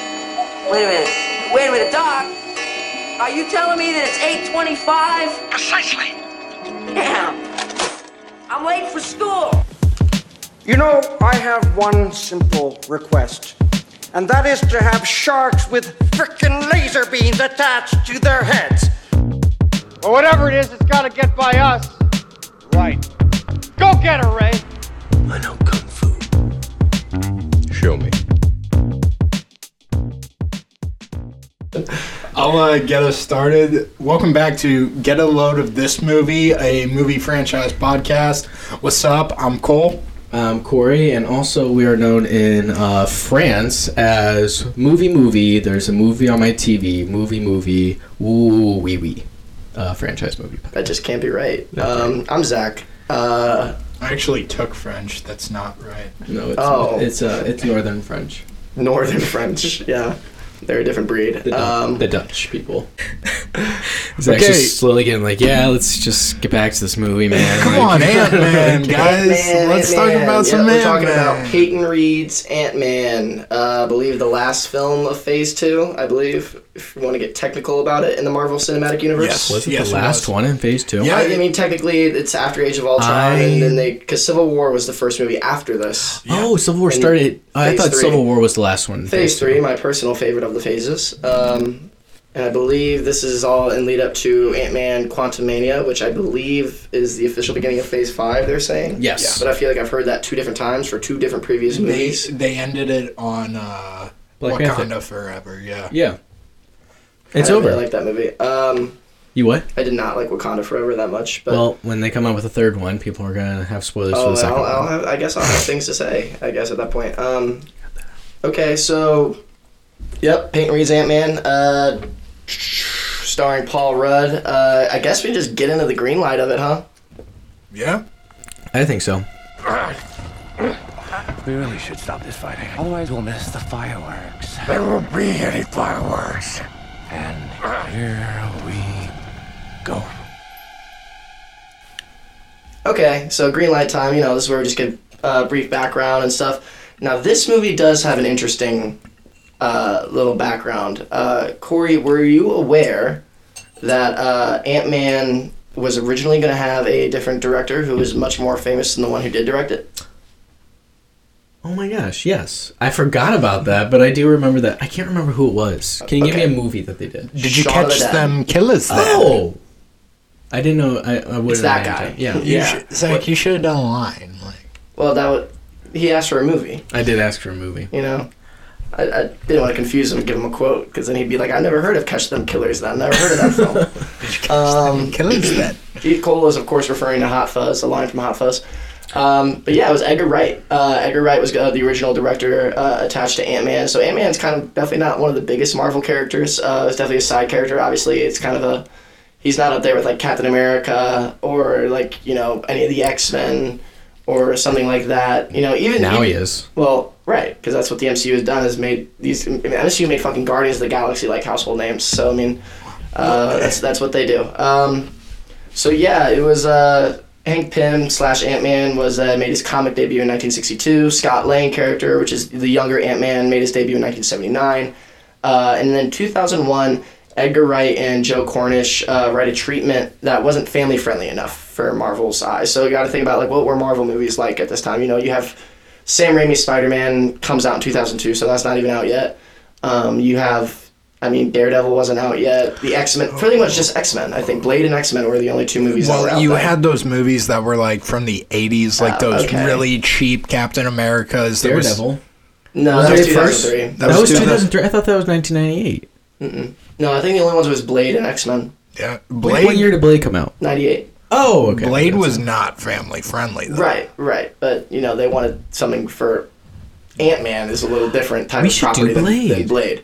Wait a minute. Wait a minute, Doc. Are you telling me that it's 8:25? Precisely. Damn. I'm late for school. You know, I have one simple request, and that is to have sharks with frickin' laser beams attached to their heads. Or whatever it is, it's gotta get by us. Right. Go get her, Ray! I know kung fu. Show me. I'll uh, get us started. Welcome back to Get a Load of This Movie, a movie franchise podcast. What's up? I'm Cole. um, Corey, and also we are known in uh, France as Movie Movie. There's a movie on my TV, Movie Movie, Woo Wee Wee, uh, franchise movie. That just can't be right. Um, I'm Zach. Uh, I actually took French. That's not right. No, it's Oh. it's uh, it's Northern French, Northern French. Yeah, they're a different breed. the, Um, the Dutch people. Zach's okay. just slowly getting like, yeah, let's just get back to this movie, man. Come Like, on, eh? Ant Man, guys. Ant-Man, Let's talk Ant-Man. about Yeah, some We're Ant talking about Man. Peyton Reed's Ant Man. Uh, I believe the last film of Phase Two. I believe if you want to get technical about it in the Marvel Cinematic Universe. Yes. Was it Yes, it the last was. one in Phase Two? Yeah. I, I mean, technically, it's after Age of Ultron, I- and then they because Civil War was the first movie after this. Oh, Civil War And started. I Phase thought three. Civil War was the last one. in Phase two. three, my personal favorite of the phases. Um, and I believe this is all in lead up to Ant Man Quantumania, which I believe is the official beginning of phase five, they're saying. Yes. But I feel like I've heard that two different times for two different previous They, movies. they ended it on uh, Black Wakanda Panther. Forever. Yeah. Yeah, it's I over. really like that movie. Um, you what? I did not like Wakanda Forever that much, but Well, when they come out with a third one, people are gonna have spoilers for oh, the second I'll, one. I'll have, I guess I'll have things to say. I guess at that point. Um, okay, so yep, Peyton Reed's Ant Man, uh, starring Paul Rudd. Uh, I guess we just get into the green light of it, huh? Yeah. I think so. We really should stop this fighting. Otherwise, we'll miss the fireworks. There won't be any fireworks. And here we go. Okay, so green light time. You know, this is where we just give uh, brief background and stuff. Now, this movie does have an interesting uh, little background. Uh, Corey, were you aware that uh, Ant Man was originally going to have a different director who was much more famous than the one who did direct it? Oh my gosh, yes. I forgot about that, but I do remember that. I can't remember who it was. Can you give Okay. me a movie that they did? Did you Shaun of the catch Dead. them killers there? Oh! I didn't know. I, I would It's that guy. Yeah. You Yeah. should- Zach, you should have done a line. Like, Well, that would, he asked for a movie. I did ask for a movie. You know, I, I didn't want to confuse him and give him a quote because then he'd be like, "I've never heard of Catch Them Killers. I've never heard of that film." Um, killers then. Keith Cole is, of course, referring to Hot Fuzz, a line from Hot Fuzz. Um, but yeah, it was Edgar Wright. Uh, Edgar Wright was uh, the original director uh, attached to Ant Man. So Ant Man's kind of definitely not one of the biggest Marvel characters. Uh, it's definitely a side character. Obviously, it's kind of a he's not up there with like Captain America or like you know any of the X Men or something like that. You know, even Now he even- is. well, right, because that's what the MCU has done is made these. I mean, MCU made fucking Guardians of the Galaxy like household names. So I mean, uh, that's that's what they do. Um, so yeah, it was uh, Hank Pym slash Ant Man was uh, made his comic debut in 1962. Scott Lang character, which is the younger Ant Man, made his debut in 1979, uh, and then 2001. Edgar Wright and Joe Cornish uh, write a treatment that wasn't family friendly enough for Marvel's eyes. So you got to think about like what were Marvel movies like at this time? You know, you have Sam Raimi's Spider Man comes out in 2002, so that's not even out yet. Um, you have, I mean, Daredevil wasn't out yet. The X Men, pretty much just X Men. I think Blade and X Men were the only two movies that were Well, out. you then. had those movies that were like from the 80s, like Oh, those okay. really cheap Captain Americas. There was- Daredevil. no, that was Was that first? 2003. That, was 2003. I thought that was 1998. No, I think the only ones was Blade and X Men. yeah, Blade. What Blade, year did Blade come out? 98. Oh, okay. Blade That's- was not family friendly, though. Right, right. But, you know, they wanted something for. Ant Man is a little different type We of should do property than- Than Blade.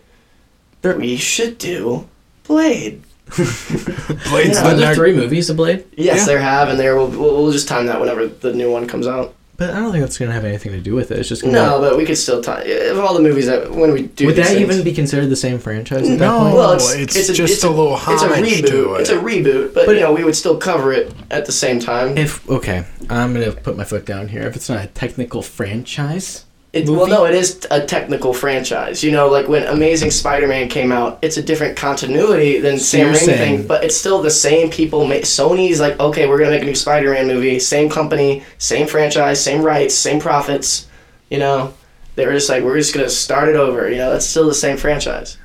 Blade. we should do Blade. Blade's Yeah. the Are there next. three movies of Blade? Yes, Yeah. there have, and there will. We'll, we'll just time that whenever the new one comes out. But I don't think that's going to have anything to do with it. It's just going to. No, but we could still tie of all the movies that when we do. Would these that things- even be considered the same franchise? No. At that point? Well, it's, it's it's, just a little homage It's a to reboot. it. It's a reboot, but, But- you know we would still cover it at the same time. If okay, I'm gonna put my foot down here. If it's not a technical franchise, It, well, no, it is a technical franchise. You know, like when Amazing Spider-Man came out, it's a different continuity than Sam you're Raimi saying- thing, but it's still the same people. Ma- Sony's like, okay, we're gonna make a new Spider-Man movie, same company, same franchise, same rights, same profits. You know, they were just like, we're just gonna start it over. You know, that's still the same franchise.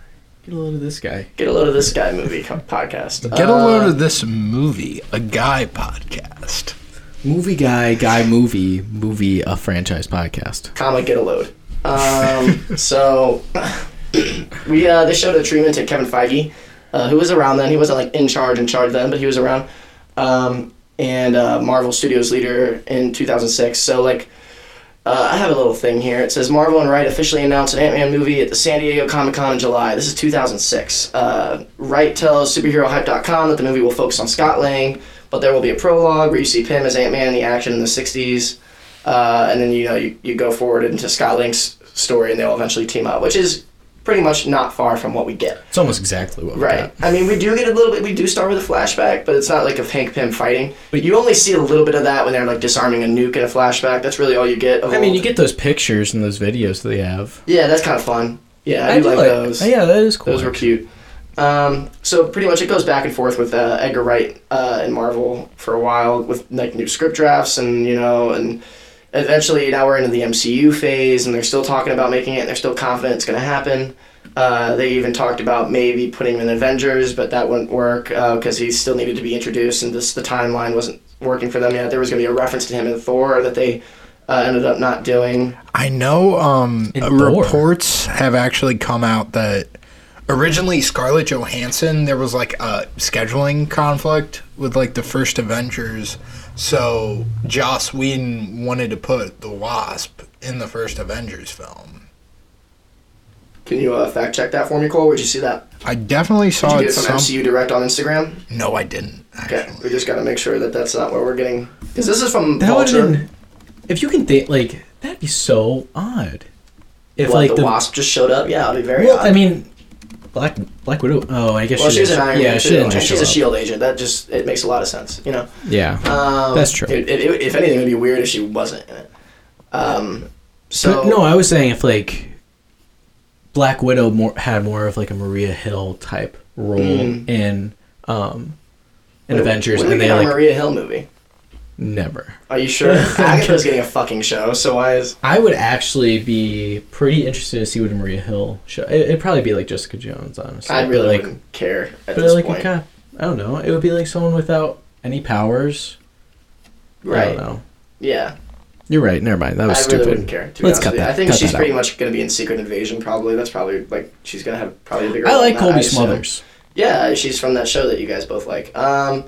Get a load of this guy. Get a load of this guy movie co- podcast. Get a Uh, load of this movie, a guy podcast. Movie guy, guy movie, movie a franchise podcast. comma get a load. Um, so we uh, they showed a treatment to Kevin Feige, uh, who was around then. He wasn't like in charge in charge then, but he was around. Um, and uh, Marvel Studios leader in 2006. So like. Uh, I have a little thing here. It says Marvel and Wright officially announced an Ant-Man movie at the San Diego Comic-Con in July. This is 2006. Uh, Wright tells superherohype.com that the movie will focus on Scott Lang, but there will be a prologue where you see Pym as Ant-Man in the action in the 60s uh, and then you know you, you go forward into Scott Link's story, and they'll eventually team up, which is pretty much not far from what we get. It's almost exactly what we Right. got. I mean, we do get a little bit. We do start with a flashback, but it's not like of Hank Pym fighting. But you only see a little bit of that when they're like disarming a nuke in a flashback. That's really all you get. Of I mean, old- you get those pictures and those videos that they have. Yeah, that's kind of fun. Yeah, I, do, like, those. oh, yeah, that is cool. Those were cute. Um, so pretty much it goes back and forth with uh, Edgar Wright uh, and Marvel for a while with like new script drafts and you know and eventually now we're into the MCU phase and they're still talking about making it and they're still confident it's going to happen. Uh, they even talked about maybe putting him in Avengers, but that wouldn't work because he still needed to be introduced and this the timeline wasn't working for them yet. There was going to be a reference to him in Thor that they uh, ended up not doing. I know um, In uh, Thor. reports have actually come out that originally Scarlett Johansson there was like a scheduling conflict with like the first Avengers, so Joss Whedon wanted to put the Wasp in the first Avengers film. Can you uh, fact check that for me, Cole? Would you see that? I definitely Did saw you it. get it from Oh, Some- MCU Direct on Instagram? no, I didn't. Okay, Actually. we just got to make sure that that's not what we're getting. Because this is from That would Vulture. have been. If you can think, like, that'd be so odd. If, What, like, the, wasp just showed up. Yeah, it'd be very Well, odd. I mean, Black Black Widow. Oh, I guess well, she she's an didn't- Iron Yeah, Man she too, didn't and just she's show a up. Shield E agent. That just it makes a lot of sense, you know. Yeah, Um, that's true. It, it, it, if anything, it'd be weird if she wasn't in it. Um, so But no, I was saying if like Black Widow more had more of like a Maria Hill type role Hmm. in um in Avengers, when did and we they get a like Maria Hill movie. never. Are you sure? Agatha's getting a fucking show. So why is I would actually be pretty interested to see what a Maria Hill show. It, it'd probably be like Jessica Jones, honestly. I really but like, wouldn't care at but this like point. a cop. I don't know. It would be like someone without any powers. I don't right? know. Yeah, You're right. Never mind. That I was really stupid. wouldn't care. To be Let's honest cut with you. that. I think cut she's that pretty out. much going to be in Secret Invasion. Probably that's probably like she's going to have probably a bigger. I role like in that, Colby assume. Smothers. Yeah, she's from that show that you guys both like. Um,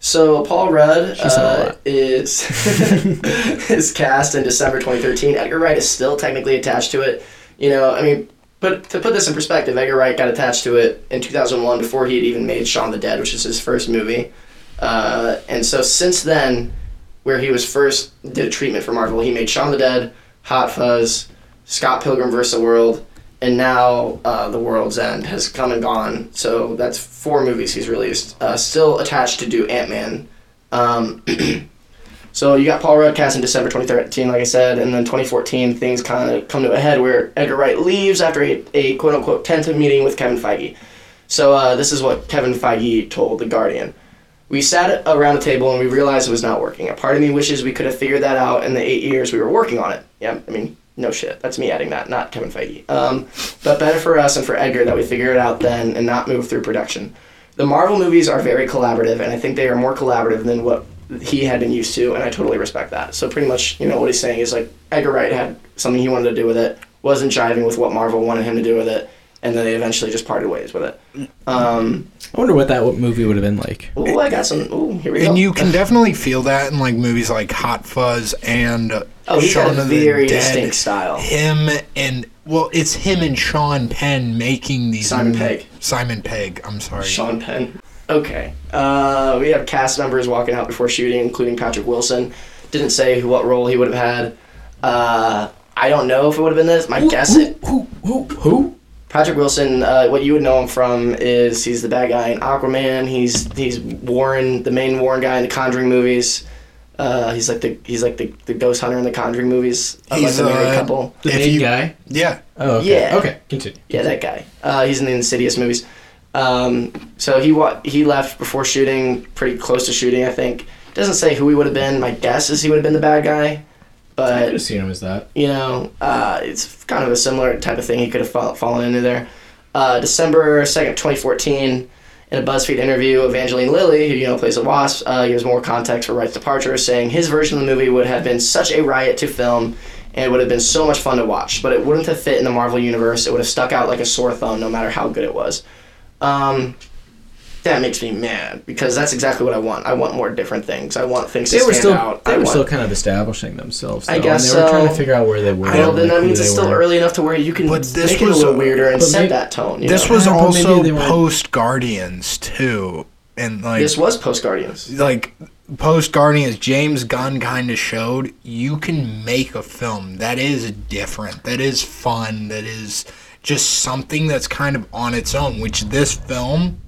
so Paul Rudd She's in a uh, lot. is is cast in December 2013. Edgar Wright is still technically attached to it. You know, I mean, but to put this in perspective, Edgar Wright got attached to it in 2001 before he had even made Shaun of the Dead, which is his first movie. Uh, and so since then, where he was first did a treatment for Marvel, he made Shaun of the Dead, Hot Fuzz, Scott Pilgrim vs. the World, and now uh, The World's End has come and gone. So that's four movies he's released. Uh, still attached to do Ant Man. Um, so you got Paul Rudd cast in December 2013, like I said, and then 2014 things kind of come to a head where Edgar Wright leaves after a, a quote unquote tentative meeting with Kevin Feige. So uh, this is what Kevin Feige told The Guardian. We sat around a table and we realized it was not working. A part of me wishes we could have figured that out in the eight years we were working on it. Yeah, I mean, no shit. That's me adding that, not Kevin Feige. Um, but better for us and for Edgar that we figure it out then and not move through production. The Marvel movies are very collaborative, and I think they are more collaborative than what he had been used to, and I totally respect that. So pretty much, you know, what he's saying is like Edgar Wright had something he wanted to do with it, wasn't jiving with what Marvel wanted him to do with it, and then they eventually just parted ways with it. Um, I wonder what that what movie would have been like. ooh, I got some. Ooh, here we go. And you can definitely feel that in like movies like Hot Fuzz and Oh, he's got Shaun a of the very Dead. distinct style. Him and well, it's him and Sean Penn making these. Simon mo- Pegg. Simon Pegg. I'm sorry. Sean Penn. Okay. Uh, we have cast members walking out before shooting, including Patrick Wilson. Didn't say who- what role he would have had. Uh, I don't know if it would have been this. My guess it. Who who who? Patrick Wilson, uh, what you would know him from is he's the bad guy in Aquaman. He's he's Warren, the main Warren guy in the Conjuring movies. Uh, he's like the he's like the, the ghost hunter in the Conjuring movies. I like He's the married uh, couple. The if main you- guy. Yeah. Oh, okay. Yeah. Okay, continue. Yeah, that guy. Uh, he's in the Insidious movies. Um, so he wa- he left before shooting, pretty close to shooting, I think. Doesn't say who he would have been. My guess is he would have been the bad guy, I could but have seen him as that. you know, uh, it's kind of a similar type of thing he could have fall- fallen into there. Uh, December 2nd, 2014, in a BuzzFeed interview, Evangeline Lilly, who, you know, plays the Wasp, uh, gives more context for Wright's departure, saying his version of the movie would have been such a riot to film and it would have been so much fun to watch, but it wouldn't have fit in the Marvel Universe. It would have stuck out like a sore thumb no matter how good it was. Um, that makes me mad because that's exactly what I want. I want more different things. I want things They to were stand still out. they I were want- still kind of establishing themselves. Though, I and guess they were trying to so. figure out where they were. Well, then and that who means they it's still were. early enough to where you can But this make it a was little a- weirder and but set may- that tone. you This know? was Yeah, but Oh, maybe also they weren't- post Guardians too, and like this was post Guardians. like post Guardians, James Gunn kind of showed you can make a film that is different, that is fun, that is just something that's kind of on its own. Which this film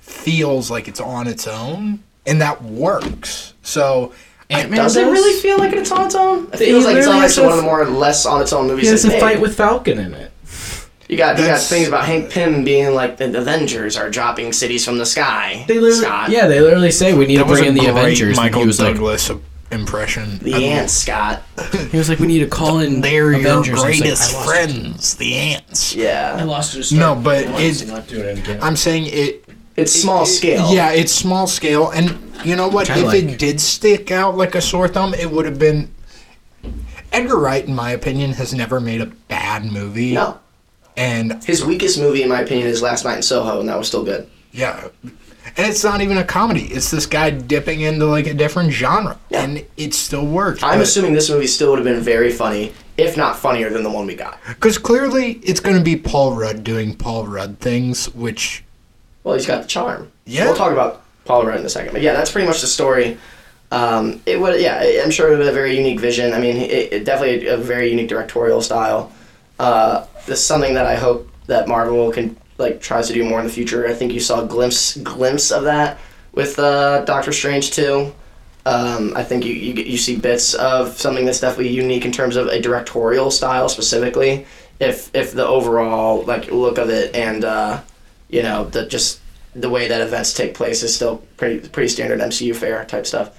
feels like it's on its own, and that works. So. I, Ant-Man Does it does? really feel like it's on its own? It feels like it's on literally actually has one of a- the more less on its own movies. He has they've a fight made. with Falcon in it. you got you got That's- things about Hank Pym being like the Avengers are dropping cities from the sky. They literally, Scott. yeah, they literally say we need to that was a bring in the great Avengers. Michael and he was like, Douglas impression. The I ants, Scott. he was like, we need to call in They're Avengers. your I was like, greatest I lost it. friends, the ants. Yeah, I lost it. to No, start. but I'm it- not doing it again. I'm saying it. it's small scale. Yeah, it's small scale, and you know what? Which I If like. it did stick out like a sore thumb, it would have been. Edgar Wright, in my opinion, has never made a bad movie. No, And his weakest movie, in my opinion, is Last Night in Soho, and that was still good. yeah, and it's not even a comedy. It's this guy dipping into like a different genre, Yeah. and it still works. I'm assuming this movie still would have been very funny, if not funnier than the one we got. because clearly it's going to be Paul Rudd doing Paul Rudd things, which Well, he's got the charm. Yeah. We'll talk about Paul Rudd in a second, but yeah, that's pretty much the story. Um, it would, yeah, I- I'm sure it would have been a very unique vision. I mean, it, it definitely a very unique directorial style. Uh, this is something that I hope that Marvel can like tries to do more in the future. I think you saw a glimpse glimpse of that with uh, Doctor Strange too. Um, I think you, you get- you see bits of something that's definitely unique in terms of a directorial style specifically. If if the overall like look of it and uh, you know the just the way that events take place is still pretty pretty standard MCU fare type stuff.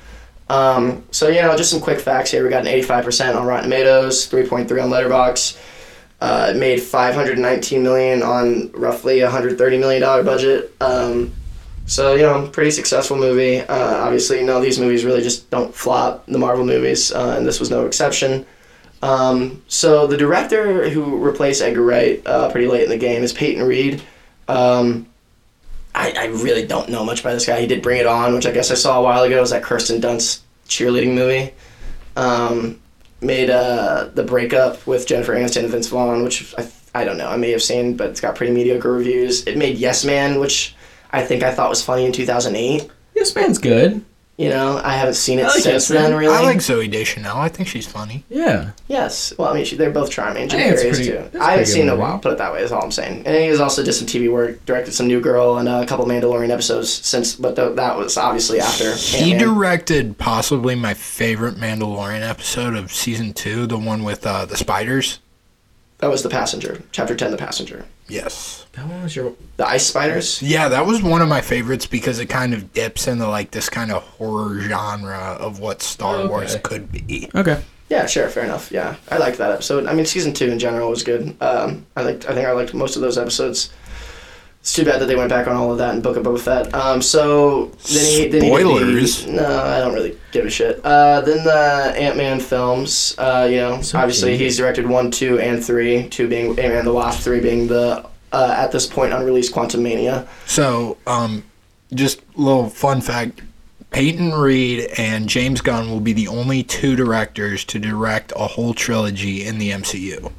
Um, so you know just some quick facts here. We got an 85% on Rotten Tomatoes, 3.3 on Letterbox. Uh, it made 519 million on roughly 130 million dollar budget. Um, so you know, pretty successful movie. Uh, obviously, you know these movies really just don't flop. The Marvel movies, uh, and this was no exception. Um, so the director who replaced Edgar Wright uh, pretty late in the game is Peyton Reed. Um, I, I really don't know much about this guy. He did Bring It On, which I guess I saw a while ago. It was that Kirsten Dunst cheerleading movie. Um, made uh, the breakup with Jennifer Aniston and Vince Vaughn, which I, I don't know. I may have seen, but it's got pretty mediocre reviews. It made Yes Man, which I think I thought was funny in 2008. Yes, man's good. You know, I haven't seen it I like since Yes Man. then, really. I like Zoe Deschanel. I think she's funny. Yeah. Yes. Well, I mean, she, they're both charming. Jim think it's Carrey's pretty- too. that's I haven't pretty seen good in a movie. while. Put it that way. That's all I'm saying. And he has also did some TV work, directed some New Girl and uh, a couple Mandalorian episodes since, but th- that was obviously after. He Ant-Man. directed possibly my favorite Mandalorian episode of season two, the one with uh, the spiders. that was The Passenger, Chapter Ten, The Passenger, Yes. That one was your. The Ice Spiders. Yeah, that was one of my favorites because it kind of dips into like this kind of horror genre of what Star Okay. Wars could be. Okay. Yeah, sure, fair enough. Yeah, I liked that episode. I mean, season two in general was good. Um, I liked. I think I liked most of those episodes. It's too bad that they went back on all of that and Book of Boba Fett. Um, so then he, then he did Spoilers. The, no, I don't really give a shit. Uh, then the Ant Man films. Uh, you know, So obviously cheap. he's directed one, two, and three. Two being Ant Man the Wasp, three being the uh, at this point unreleased Quantum Mania. So, um, just a little fun fact Peyton Reed and James Gunn will be the only two directors to direct a whole trilogy in the MCU.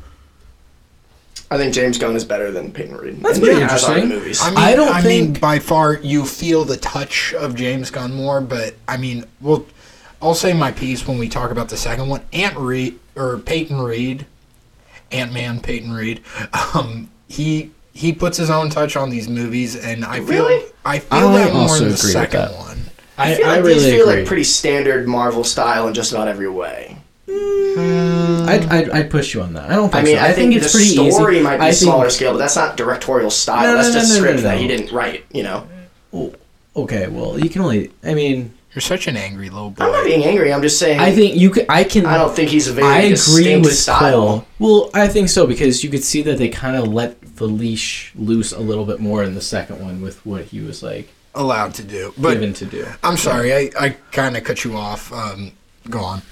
I think James Gunn is better than Peyton Reed. That's in- pretty as on the interesting. Movies. I mean, I I don't think- mean, by far, you feel the touch of James Gunn more, but I mean, well, I'll say my piece when we talk about the second one. Ant Reed or Peyton Reed, Ant Man, Peyton Reed. Um, he he puts his own touch on these movies, and I feel Really? I feel I that more also in the agree with second that. one. I, I, feel like really these feel agree. like pretty standard Marvel style in just about every way. I'd, I'd, I'd push you on that. I don't I think mean, so. I, think, it's the pretty story easy. might be I think, smaller scale, but that's not directorial style. No, no, that's no, just no, no, script no. that he didn't write. You know, Okay, well, you can only. I mean, You're such an angry little I'm not boy. being angry. I'm just saying. I think you can. I can. I don't think he's a very I agree distinct with style. Cole. Well, I think so because you could see that they kind of let the leash loose a little bit more in the second one with what he was like e- Allowed to do, but given to do. I'm sorry, I, I kind of cut you off. Um, go on.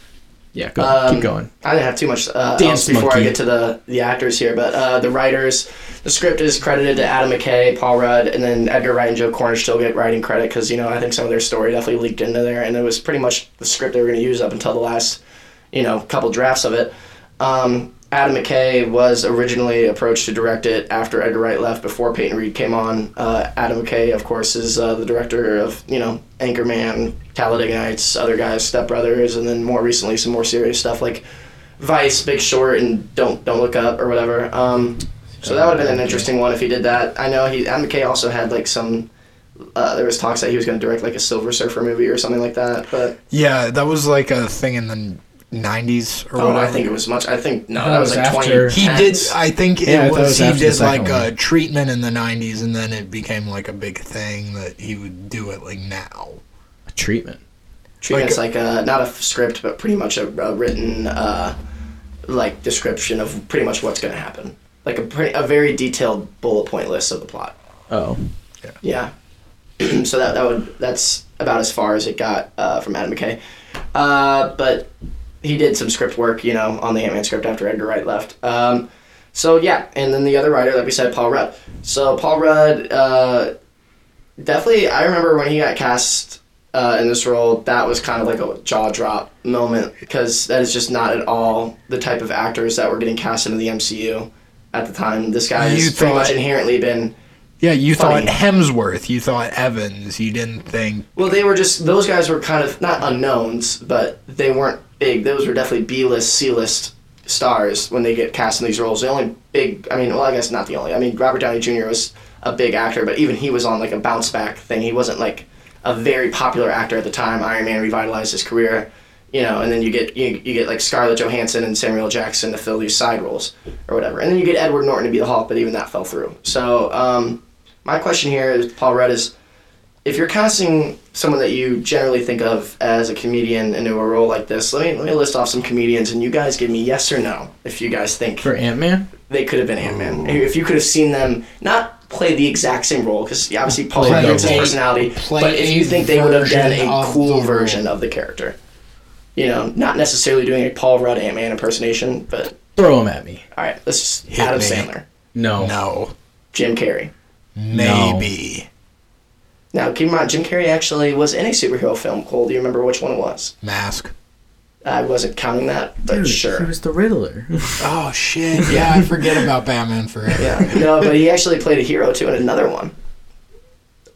Yeah, go Um, keep going. I didn't have too much uh, Dance else before monkey. I get to the, the actors here, but uh, the writers, the script is credited to Adam McKay, Paul Rudd, and then Edgar Wright and Joe Cornish still get writing credit because you know I think some of their story definitely leaked into there, and it was pretty much the script they were going to use up until the last you know couple drafts of it. Um, Adam McKay was originally approached to direct it after Edgar Wright left, before Peyton Reed came on. Uh, Adam McKay, of course, is uh, the director of you know Anchorman, Talladega Nights, other guys, Step Brothers, and then more recently some more serious stuff like Vice, Big Short, and Don't Don't Look Up or whatever. Um, so that would have been an interesting one if he did that. I know he Adam McKay also had like some. Uh, there was talks that he was going to direct like a Silver Surfer movie or something like that, but Yeah, that was like a thing in the '90s or oh, whatever. I think it was much. I think no, That that was, was like after- twenty. he did. uh, I think it Yeah, I thought it was. was He after the did second like a one. treatment in the '90s, and then it became like a big thing that he would do it like now. A treatment. treatment's like, a not a f- script, but pretty much a, a written uh, like description of pretty much what's going to happen, like a pre- a very detailed bullet point list of the plot. Oh, Yeah. so that that would that's about as far as it got uh, from Adam McKay, uh, but he did some script work, you know, on the Ant Man script after Edgar Wright left. Um, so yeah, and then the other writer, like we said, Paul Rudd. So Paul Rudd, uh, definitely, I remember when he got cast uh, in this role, that was kind of like a jaw drop moment because that is just not at all the type of actors that were getting cast into the MCU at the time. This guy You has pretty thought- much inherently been. Yeah, you Funny. thought Hemsworth, you thought Evans, you didn't think. Well, they were just those guys were kind of not unknowns, but they weren't big. Those were definitely B list, C list stars when they get cast in these roles. The only big, I mean, well, I guess not the only. I mean, Robert Downey Jr. was a big actor, but even he was on like a bounce back thing. He wasn't like a very popular actor at the time. Iron Man revitalized his career, you know. And then you get you, you get like Scarlett Johansson and Samuel Jackson to fill these side roles or whatever. And then you get Edward Norton to be the Hulk, but even that fell through. So um, my question here is Paul Rudd is if you're casting someone that you generally think of as a comedian into a role like this, let me let me list off some comedians, and you guys give me yes or no if you guys think for Ant Man. they could have been Ant Man. If you could have seen them not play the exact same role, because obviously Paul Play Rudd gets his a- personality, play but if a you think they would have done version a of the cool role. version of the character, you know, not necessarily doing a Paul Rudd Ant Man impersonation, but Throw him at me. all right, let's just Hit Adam me. Sandler, No. No, Jim Carrey. maybe Now keep in mind, Jim Carrey actually was in a superhero film. Cole, do you remember which one it was? mask. I wasn't counting that, but Dude, He sure. was the Riddler. Oh shit! Yeah, I forget about Batman forever. Yeah. No, but he actually played a hero too in another one.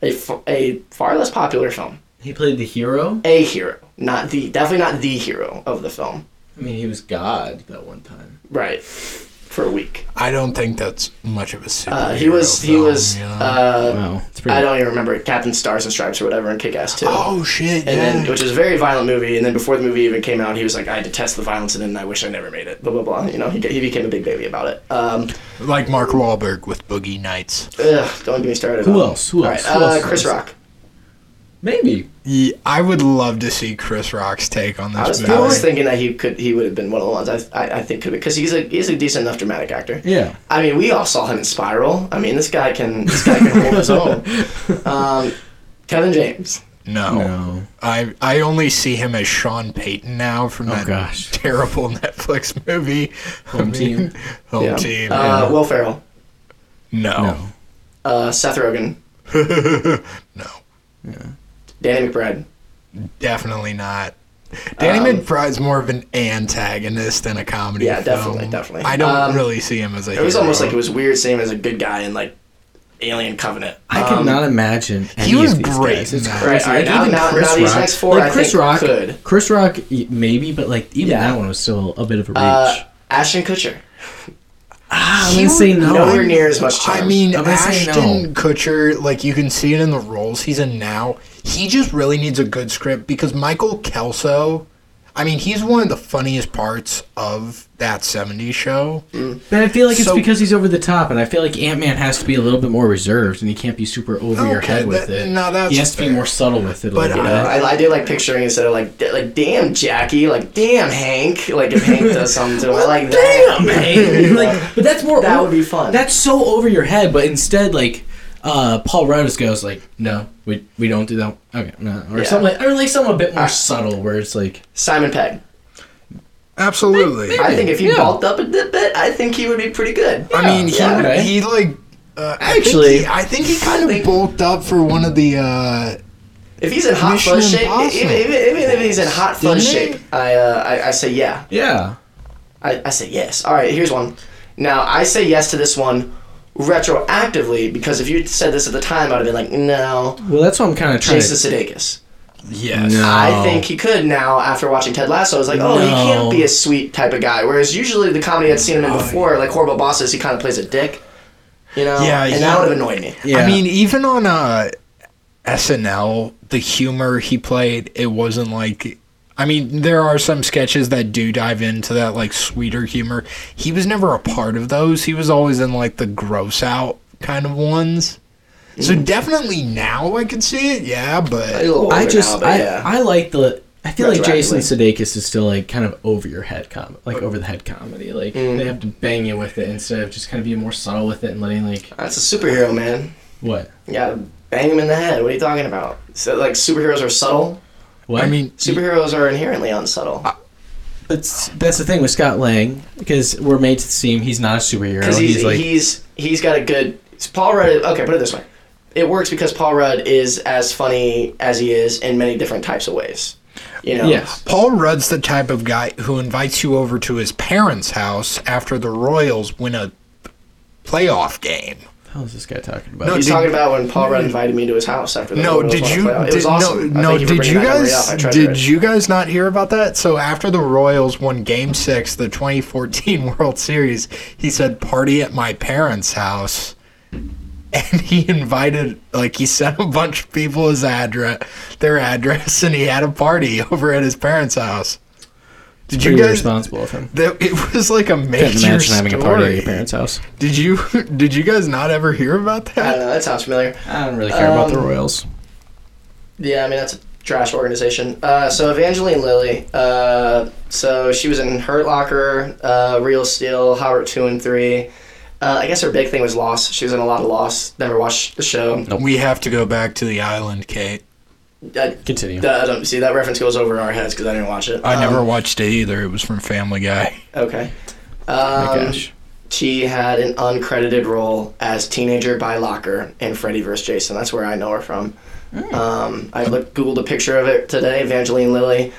A, f- a far less popular film. he played the hero. A hero, not the definitely not the hero of the film. I mean, he was God that one time. Right. For a week. I don't think that's much of a superhero. Uh, he was he film, was you know? uh, Wow, it's pretty. I don't even remember Captain Stars and Stripes or whatever and Kick Ass too. oh shit! And yeah. then, which is a very violent movie. And then before the movie even came out, he was like, "I detest the violence, in it, and I wish I never made it." Blah blah blah. You know, he, he became a big baby about it. Um, like Mark Wahlberg with Boogie Nights. ugh, don't get me started. Who on- else? Who All else? right, Who uh, else? Chris Rock. Maybe. Yeah, I would love to see Chris Rock's take on I this was, movie. I was thinking that he could he would have been one of the ones I I, I think could because he's a he's a decent enough dramatic actor. Yeah. I mean, we all saw him in Spiral. I mean, this guy can this guy can hold his own. Um, Kevin James. no, No. I I only see him as Sean Payton now from that Oh, gosh. terrible Netflix movie. Home Team. Home Yeah. team. Uh, Will Ferrell. no. No. Uh, Seth Rogen. no. Danny McBride. Definitely not. Danny McBride's more of an antagonist than a comedy. Um, Yeah, film. definitely, definitely. I don't Um, really see him as a. It was hero. almost like it was weird seeing him as a good guy in like Alien Covenant. I Um, could not imagine. Any was of these great Guys. in It's that. crazy. Right, all right, Like, now- even now- Chris now these Rock, next four, like I Chris think, Rock, could. Chris Rock, y- maybe, but like even Yeah. that one was still a bit of a reach. Uh, Ashton Kutcher. I'm gonna say no. Nowhere near as much charm. Oh, I mean, I'm gonna say no. Ashton Kutcher, like you can see it in the roles he's in now. He just really needs a good script because Michael Kelso, I mean, he's one of the funniest parts of that '70s show. But I feel like it's So- because he's over the top, and I feel like Ant Man has to be a little bit more reserved, and he can't be super over your Okay, head with that- it. no, that's he has to be fair. more subtle with it. a But little You bit. know, I, I do like picturing instead of like, d- like damn Jackie, like damn Hank, like if Hank does something to him, I like that. damn, man. like, but that's more. That would be fun. That's so over your head. But instead, like, uh, Paul Rudd just goes like, "No, we we don't do that. Okay, no," or Yeah. something, like, or like something a bit more subtle, where it's like, Simon Pegg. Absolutely. I think if he Yeah. bulked up a bit, bit, I think he would be pretty good. I mean, he, yeah, okay. he like uh, Actually, I think he, I think he kind of bulked up for one of the. uh If he's in hot Mission fuzz shape, i- Impossible. even, even, even if he's in hot fuzz Didn't shape, I, uh, I I say yeah. yeah, I, I say yes. All right, here's one. Now I say yes to this one retroactively because if you said this at the time, I'd have been like, no, well, that's what I'm kind of trying. Jason to... Sudeikis. Yes. I think he could now after watching Ted Lasso. I was like, oh, he No. can't be a sweet type of guy. Whereas usually the comedy I'd seen him in before, like Horrible Bosses, he kind of plays a dick. You know, Yeah, and he- that would have annoyed me. Yeah. I mean, even on uh, SNL, the humor he played, it wasn't like. I mean, there are some sketches that do dive into that like sweeter humor. He was never a part of those. He was always in like the gross out kind of ones. So definitely now I can see it, yeah, He's a but little Mm. I older just now, but I, yeah. I like the I feel like Jason Retroactively. Sudeikis is still like kind of over your head com like over the head comedy like Mm. they have to bang you with it instead of just kind of being more subtle with it and letting like That's a superhero, man. what You gotta bang him in the head. What are you talking about? So, like superheroes are subtle. what I mean, Superheroes are inherently unsubtle that's that's the thing with Scott Lang because we're made to seem he's not a superhero because he's, he's, like he's he's got a good Paul Rudd. Okay, put it this way, it works because Paul Rudd is as funny as he is in many different types of ways. You know, yes Paul Rudd's the type of guy who invites you over to his parents' house after the Royals win a playoff game. what the hell is this guy talking about No, He's Did- talking about when Paul Rudd invited me to his house after the No, Royals did won the you? playoff. It Did, was awesome. No, I no thank you for did bringing you that memory guys? up. I treasure Did it. you guys not hear about that? So after the Royals won Game Six, the 2014 World Series, he said, "Party at my parents' house." And he invited, like, he sent a bunch of people his address, their address, and he had a party over at his parents' house. Did you pretty guys? irresponsible of him That it was like a major can't imagine story. having a party at your parents house Did you? Did you guys not ever hear about I that? don't know. That sounds familiar. I don't really care Um, about the Royals Yeah, I mean that's a trash organization. Uh, so Evangeline Lilly, uh, so she was in Hurt Locker, uh, Real Steel, Howard Two and Three. Uh, I guess her big thing was Lost. She was in a lot of Lost. Never watched the show. We have to go back to the island, Kate. I, continue I don't see that reference goes over our heads because I didn't watch it. I Um, never watched it either. It was from Family Guy. Okay. Um, Oh my gosh She had an uncredited role as teenager by Locker in Freddy vs. Jason. That's where I know her from. Hmm. Um, I looked, googled a picture of it today, Evangeline Lilly,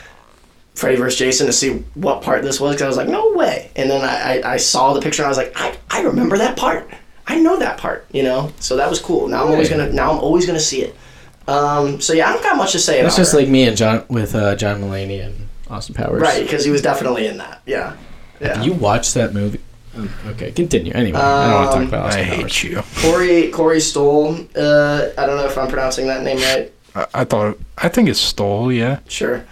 Freddy vs. Jason, to see what part this was. Because I was like, no way. And then I, I, I saw the picture and I was like, I, I remember that part. I know that part. You know, so that was cool. Now I'm always Right. gonna now I'm always gonna see it. Um, so yeah, I don't got much to say that's about just her. like me and John with uh, John Mulaney and Austin Powers right because he was definitely in that. Yeah. Yeah. You watched that movie? Um, Mm. okay, continue. Anyway, I don't want to talk Um, about I Austin hate Powers. you. Corey Corey Stoll. Uh, I don't know if I'm pronouncing that name right. I, I thought. I think it's Stole. Yeah. Sure.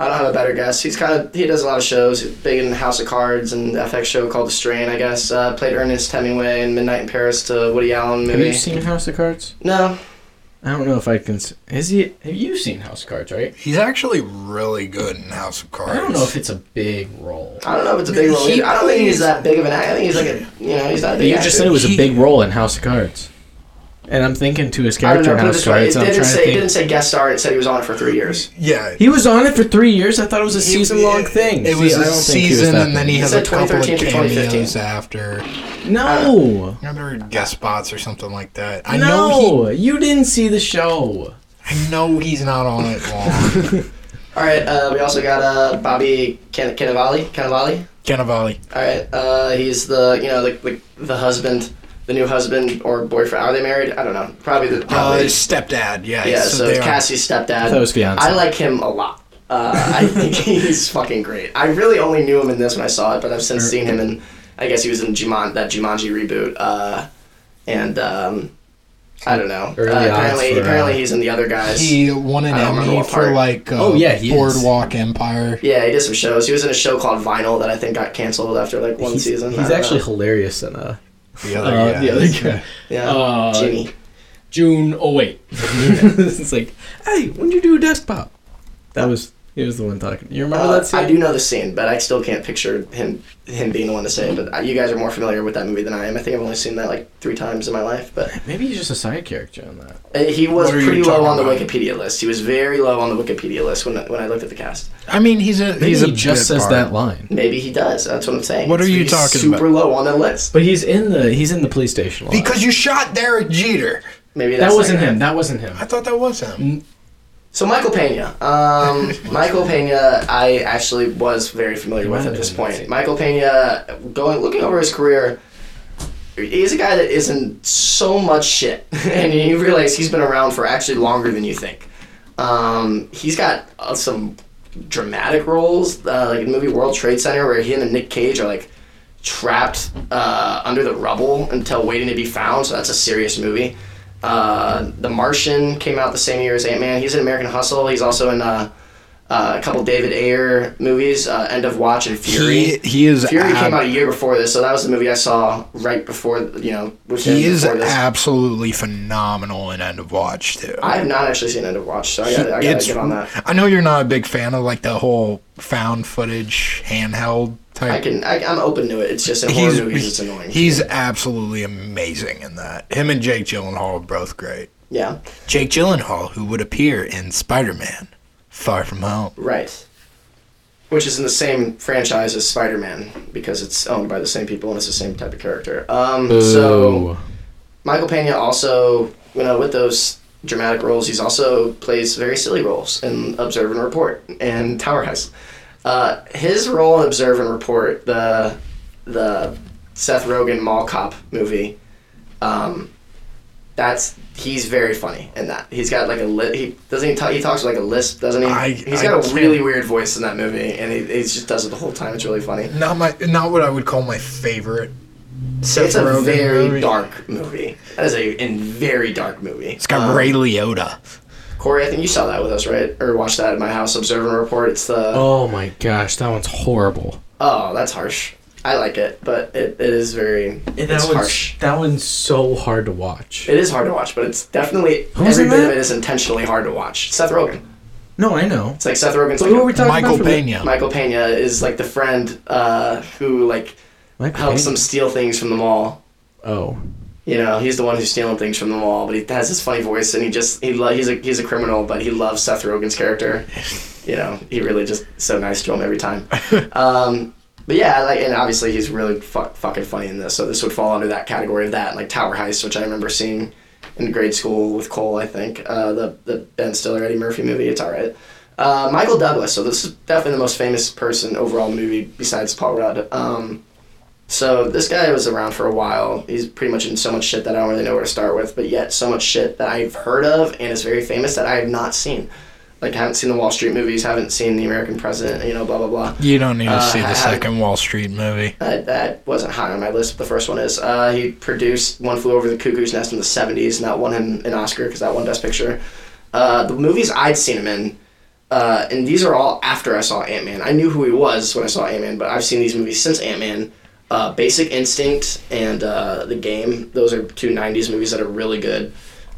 I don't have a better guess. He's kind of he does a lot of shows. He's big in House of Cards and FX show called The Strain. I guess uh, played Ernest Hemingway in Midnight in Paris to Woody Allen Have movie. you seen House of Cards? no, I don't know if I can. s- Is he? Have you seen House of Cards? Right? He's actually really good in House of Cards. I don't know if it's a big role. I don't know if it's a big role. He either. I don't think he's plays- that big of an. act- I think he's like a you know he's not. a But big you just said it actor. was a He- big role in House of Cards, and I'm thinking to his I don't character know. in put it House of this way, Cards. It and I'm didn't trying to say it didn't think. say guest star. It said he was on it for three years. Yeah. He was on it for three years. I thought it was a season long it- thing. It was See, I a don't think he was season, that and then he big. has He a said couple of 2013 to 2015. cameos after. no, I remember guest spots or something like that. I know. no, you didn't see the show. He, I know he's not on it long. All right. Uh, we also got uh, Bobby Can- Cannavale. Cannavale. Cannavale. All right. Uh, he's the you know the, the the husband, the new husband or boyfriend. Are they married? I don't know. Probably the Uh, probably. his stepdad. Yeah. yeah. So, they are- Cassie's stepdad. That was fiance. I like him a lot. Uh, I think he's fucking great. I really only knew him in this when I saw it, but I've since seen him in I guess he was in Juman- that Jumanji reboot, uh, and um, I don't know. Early Uh, odds apparently, for, uh, apparently he's in the other guys. He won an I don't remember Emmy what for part. like uh, Oh, yeah, he is. Boardwalk Empire. yeah, he did some shows. He was in a show called Vinyl that I think got canceled after like one he's, season. I he's don't actually know. hilarious in uh, The uh, the other guys. guy. yeah, uh, Jimmy. June 08. it's like, hey, when would you do a desktop? That was, he was the one talking. You remember Uh, that scene? I do know the scene, but I still can't picture him him being the one to say it. But uh, you guys are more familiar with that movie than I am. I think I've only seen that like three times in my life. But Maybe he's just a side character on that. uh, he was What are you pretty low talking on the about? Wikipedia list. He was very low on the Wikipedia list when I- when I looked at the cast. I mean, he's a Maybe he's a he just bit says part. that line. Maybe he does. That's what I'm saying. What are It's- you he's talking Super low on the list. But he's in the he's in the police station a lot. because you shot Derek Jeter. Maybe that's that wasn't not- him. That wasn't him. I thought that was him. So Michael Pena, um, Michael Pena, I actually was very familiar with at this point. Michael Pena, going looking over his career, he's a guy that is in so much shit, and you realize he's been around for actually longer than you think. Um, he's got uh, some dramatic roles, uh, like in the movie World Trade Center, where him and Nick Cage are like trapped uh, under the rubble until waiting to be found. So that's a serious movie. Uh, the Martian came out the same year as Ant Man. He's in American Hustle. He's also in uh, uh, a couple David Ayer movies, uh, End of Watch and He Fury. he is Fury ab- came out a year before this, so that was the movie I saw right before you know. With him he is before this. absolutely phenomenal in End of Watch too. I have not actually seen End of Watch, so I gotta, I gotta It's- get on that. I know you're not a big fan of like the whole found footage handheld type. I can. I, I'm open to it. It's just in he's horror movies, it's annoying. he's absolutely amazing in that. Him and Jake Gyllenhaal are both great. yeah, Jake Gyllenhaal, who would appear in Spider-Man: Far From Home. right. Which is in the same franchise as Spider-Man because it's owned by the same people and it's the same type of character. Um, so Ooh. Michael Pena also, you know, with those dramatic roles, he's also plays very silly roles in Observe and Report and Tower House. Uh, his role in Observe and Report, the the Seth Rogen mall cop movie, um, that's he's very funny in that. He's got like a li- he doesn't he, talk, he talks with like a lisp, doesn't he? I- he's I got a can't- really weird voice in that movie, and he, he just does it the whole time. It's really funny. Not my, not what I would call my favorite. Seth It's a Rogen very movie. dark movie. That is a in very dark movie. It's got Ray Liotta. Corey, I think you saw that with us, right? Or watched that at my house, Observe and Report. It's the oh, Oh my gosh, that one's horrible. that's harsh. I like it, but it, it is very it's harsh. that one's so hard to watch. It is hard to watch, but it's definitely was every in bit of that? it is intentionally hard to watch. Seth Rogen. No, I know. It's like Seth Rogen's But like who a- are we talking Michael about? for the- Pena. Michael Pena is like the friend uh, who like Michael helps Pena. them steal things from the mall. Oh, You know, he's the one who's stealing things from the mall, but he has this funny voice, and he just he lo- he's a he's a criminal, but he loves Seth Rogen's character. You know, he really just so nice to him every time. Um, but yeah, like, and obviously he's really fu- fucking funny in this, so this would fall under that category of that, like Tower Heist, which I remember seeing in grade school with Cole, I think, uh, the the Ben Stiller Eddie Murphy movie. It's all right. Uh, Michael Douglas, so this is definitely the most famous person overall in the movie besides Paul Rudd. Um, so this guy was around for a while. He's pretty much in so much shit that I don't really know where to start with, but yet so much shit that I've heard of and is very famous that I have not seen. Like haven't seen the Wall Street movies, haven't seen the American President, you know, blah blah blah. You don't need to Uh, see the I- second Wall Street movie. That, that wasn't high on my list. But the first one is uh, he produced One Flew Over the Cuckoo's Nest in the '70s, and that won him an Oscar because that won Best Picture. Uh, the movies I'd seen him in, uh, and these are all after I saw Ant Man. I knew who he was when I saw Ant Man, but I've seen these movies since Ant Man. Uh, Basic Instinct and uh, The Game; those are two '90s movies that are really good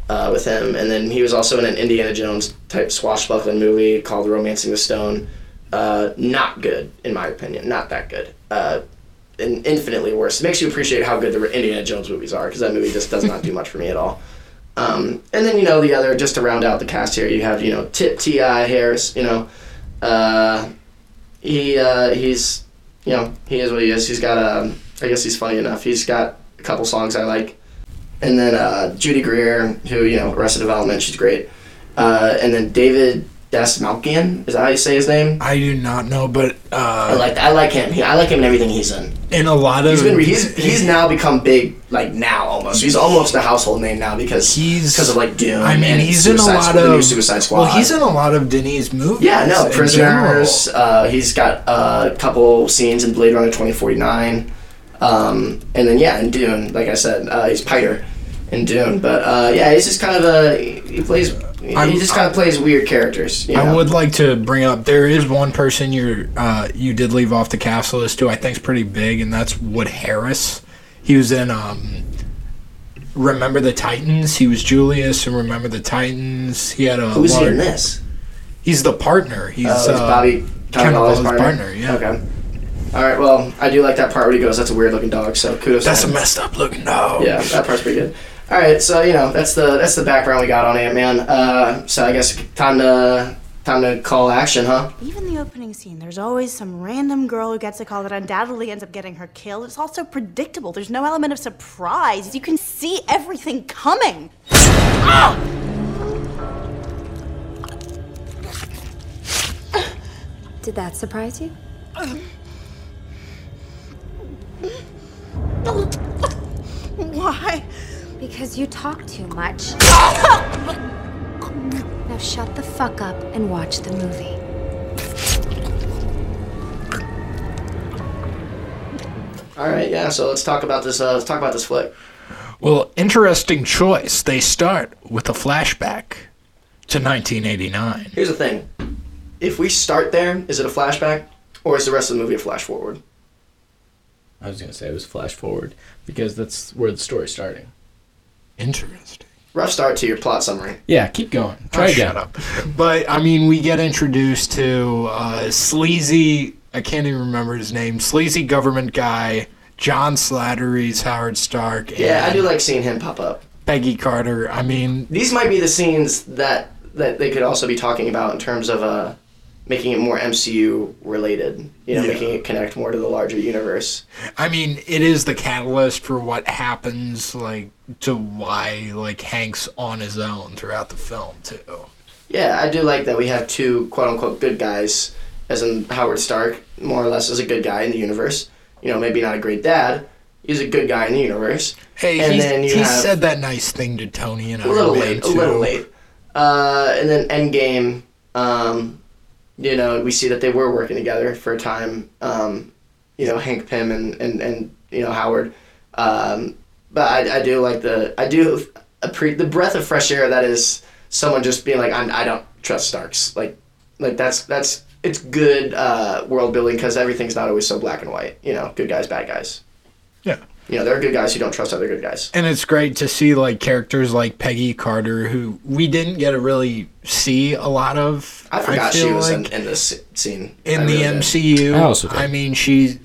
uh, with him. And then he was also in an Indiana Jones type swashbuckling movie called Romancing the Stone. Uh, not good, in my opinion. Not that good. Uh, and infinitely worse. It makes you appreciate how good the Indiana Jones movies are because that movie just does not do much for me at all. Um, and then you know the other just to round out the cast here, you have you know Tip Ti Harris. You know, uh, he uh, he's you know he is what he is. He's got um, I guess he's funny enough. He's got a couple songs I like, and then uh, Judy Greer, who you know Arrested Development, she's great. Uh, and then David Dasmalkian, is that how you say his name? I do not know, but I uh, like I like him. He, I like him in everything he's in. in a lot of He's been he's he's now become big like now almost. He's almost a household name now because He's- because of like Doom. I mean, and he's in a Suicide lot Squad- the new of Suicide Squad. Well, he's in a lot of Denis movies. yeah, no, in Prisoners. Uh, he's got uh, a couple scenes in Blade Runner twenty forty nine. Um, and then yeah, in Dune, like I said, uh, he's Piter in Dune. But uh, yeah, he's just kind of a he plays. He I'm- just kind of plays weird characters. You know? I would like to bring up there is one person you uh, you did leave off the cast list who I think's pretty big, and that's Wood Harris. He was in um, Remember the Titans. He was Julius in Remember the Titans. He had a Who's he large- in this? He's the partner. He's, Oh, it's uh, Bobby Cannavale's Cannavale's partner. partner, yeah. Okay. All right. Well, I do like that part where he goes. That's a weird looking dog. So kudos. to That's a him. messed up look. No. Yeah, that part's pretty good. All right, so you know that's the that's the background we got on Ant Man. Uh, so I guess time to time to call action, huh? Even the opening scene, there's always some random girl who gets a call that undoubtedly ends up getting her killed. It's all so predictable. There's no element of surprise. You can see everything coming. Did that surprise you? Why? Because you talk too much. now shut the fuck up and watch the movie. All right, yeah. So let's talk about this. Uh, let's talk about this flick. Well, interesting choice. They start with a flashback to 1989. Here's the thing: if we start there, is it a flashback, or is the rest of the movie a flash forward? I was gonna say it was flash forward because that's where the story's starting. Interesting. Rough start to your plot summary. Yeah, keep going. Try Oh, again. Shut up. But I mean, we get introduced to uh, sleazy. I can't even remember his name. Sleazy government guy. John Slattery's Howard Stark. And Yeah, I do like seeing him pop up. Peggy Carter. I mean, These might be the scenes that that they could also be talking about in terms of uh, making it more MCU related. You know, Yeah. making it connect more to the larger universe. I mean, it is the catalyst for what happens, like to why like Hank's on his own throughout the film too. Yeah, I do like that we have two quote unquote good guys, as in Howard Stark, more or less, is a good guy in the universe. You know, maybe not a great dad. He's a good guy in the universe. Hey, and he, then you he have said that nice thing to Tony and a little Iron Man, late, a too. little late. Uh, and then Endgame, um, you know, we see that they were working together for a time. Um, you know, Hank Pym and and, and you know Howard. Um, but I, I do like the I do appre- the breath of fresh air that is someone just being like I'm, I don't trust Starks like like that's that's it's good uh, world building because everything's not always so black and white you know good guys bad guys Yeah. you know there are good guys who don't trust other good guys and it's great to see like characters like Peggy Carter, who we didn't get to really see a lot of. I forgot she feel was like, in, in this scene in, I the really did. MCU. I also did. I mean, she's.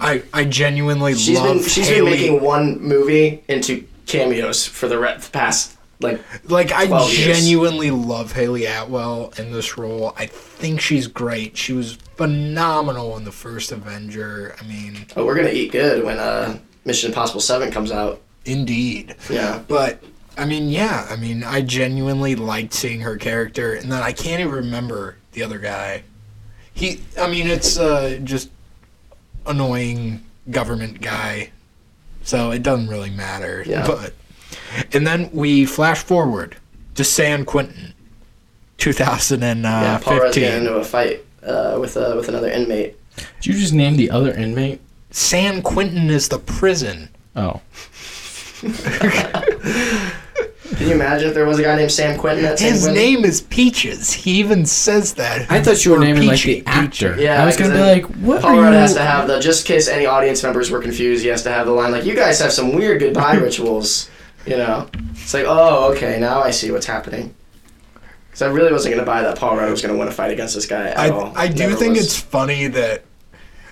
I I genuinely She's love been she's Haley. been making one movie into cameos for the re- past like like I 12 years. genuinely love Haley Atwell in this role. I think she's great. She was phenomenal in the first Avenger. I mean, oh we're gonna eat good when uh Mission Impossible Seven comes out indeed. yeah But I mean, yeah. I mean, I genuinely liked seeing her character, and then I can't even remember the other guy. He, I mean, it's uh, just annoying government guy, so it doesn't really matter. Yeah. But and then we flash forward to San Quentin, Uh, yeah Paul Rudd's 2015. getting into a fight uh, with uh, with another inmate Did you just name the other inmate? San Quentin is the prison. Oh, can you imagine if there was a guy named Sam Quentin at San His Quentin? name is Peaches. He even says that. I thought you were Or naming Peachy, like the actor. Peachy. Yeah, I was gonna be like, exactly. what Paul are Rudd you? has to have the just in case any audience members were confused he has to have the line like you guys have some weird goodbye rituals you know it's like oh okay now I see what's happening because I really wasn't gonna buy that Paul Rudd was gonna win a fight against this guy at all I, I do Never think was. it's funny that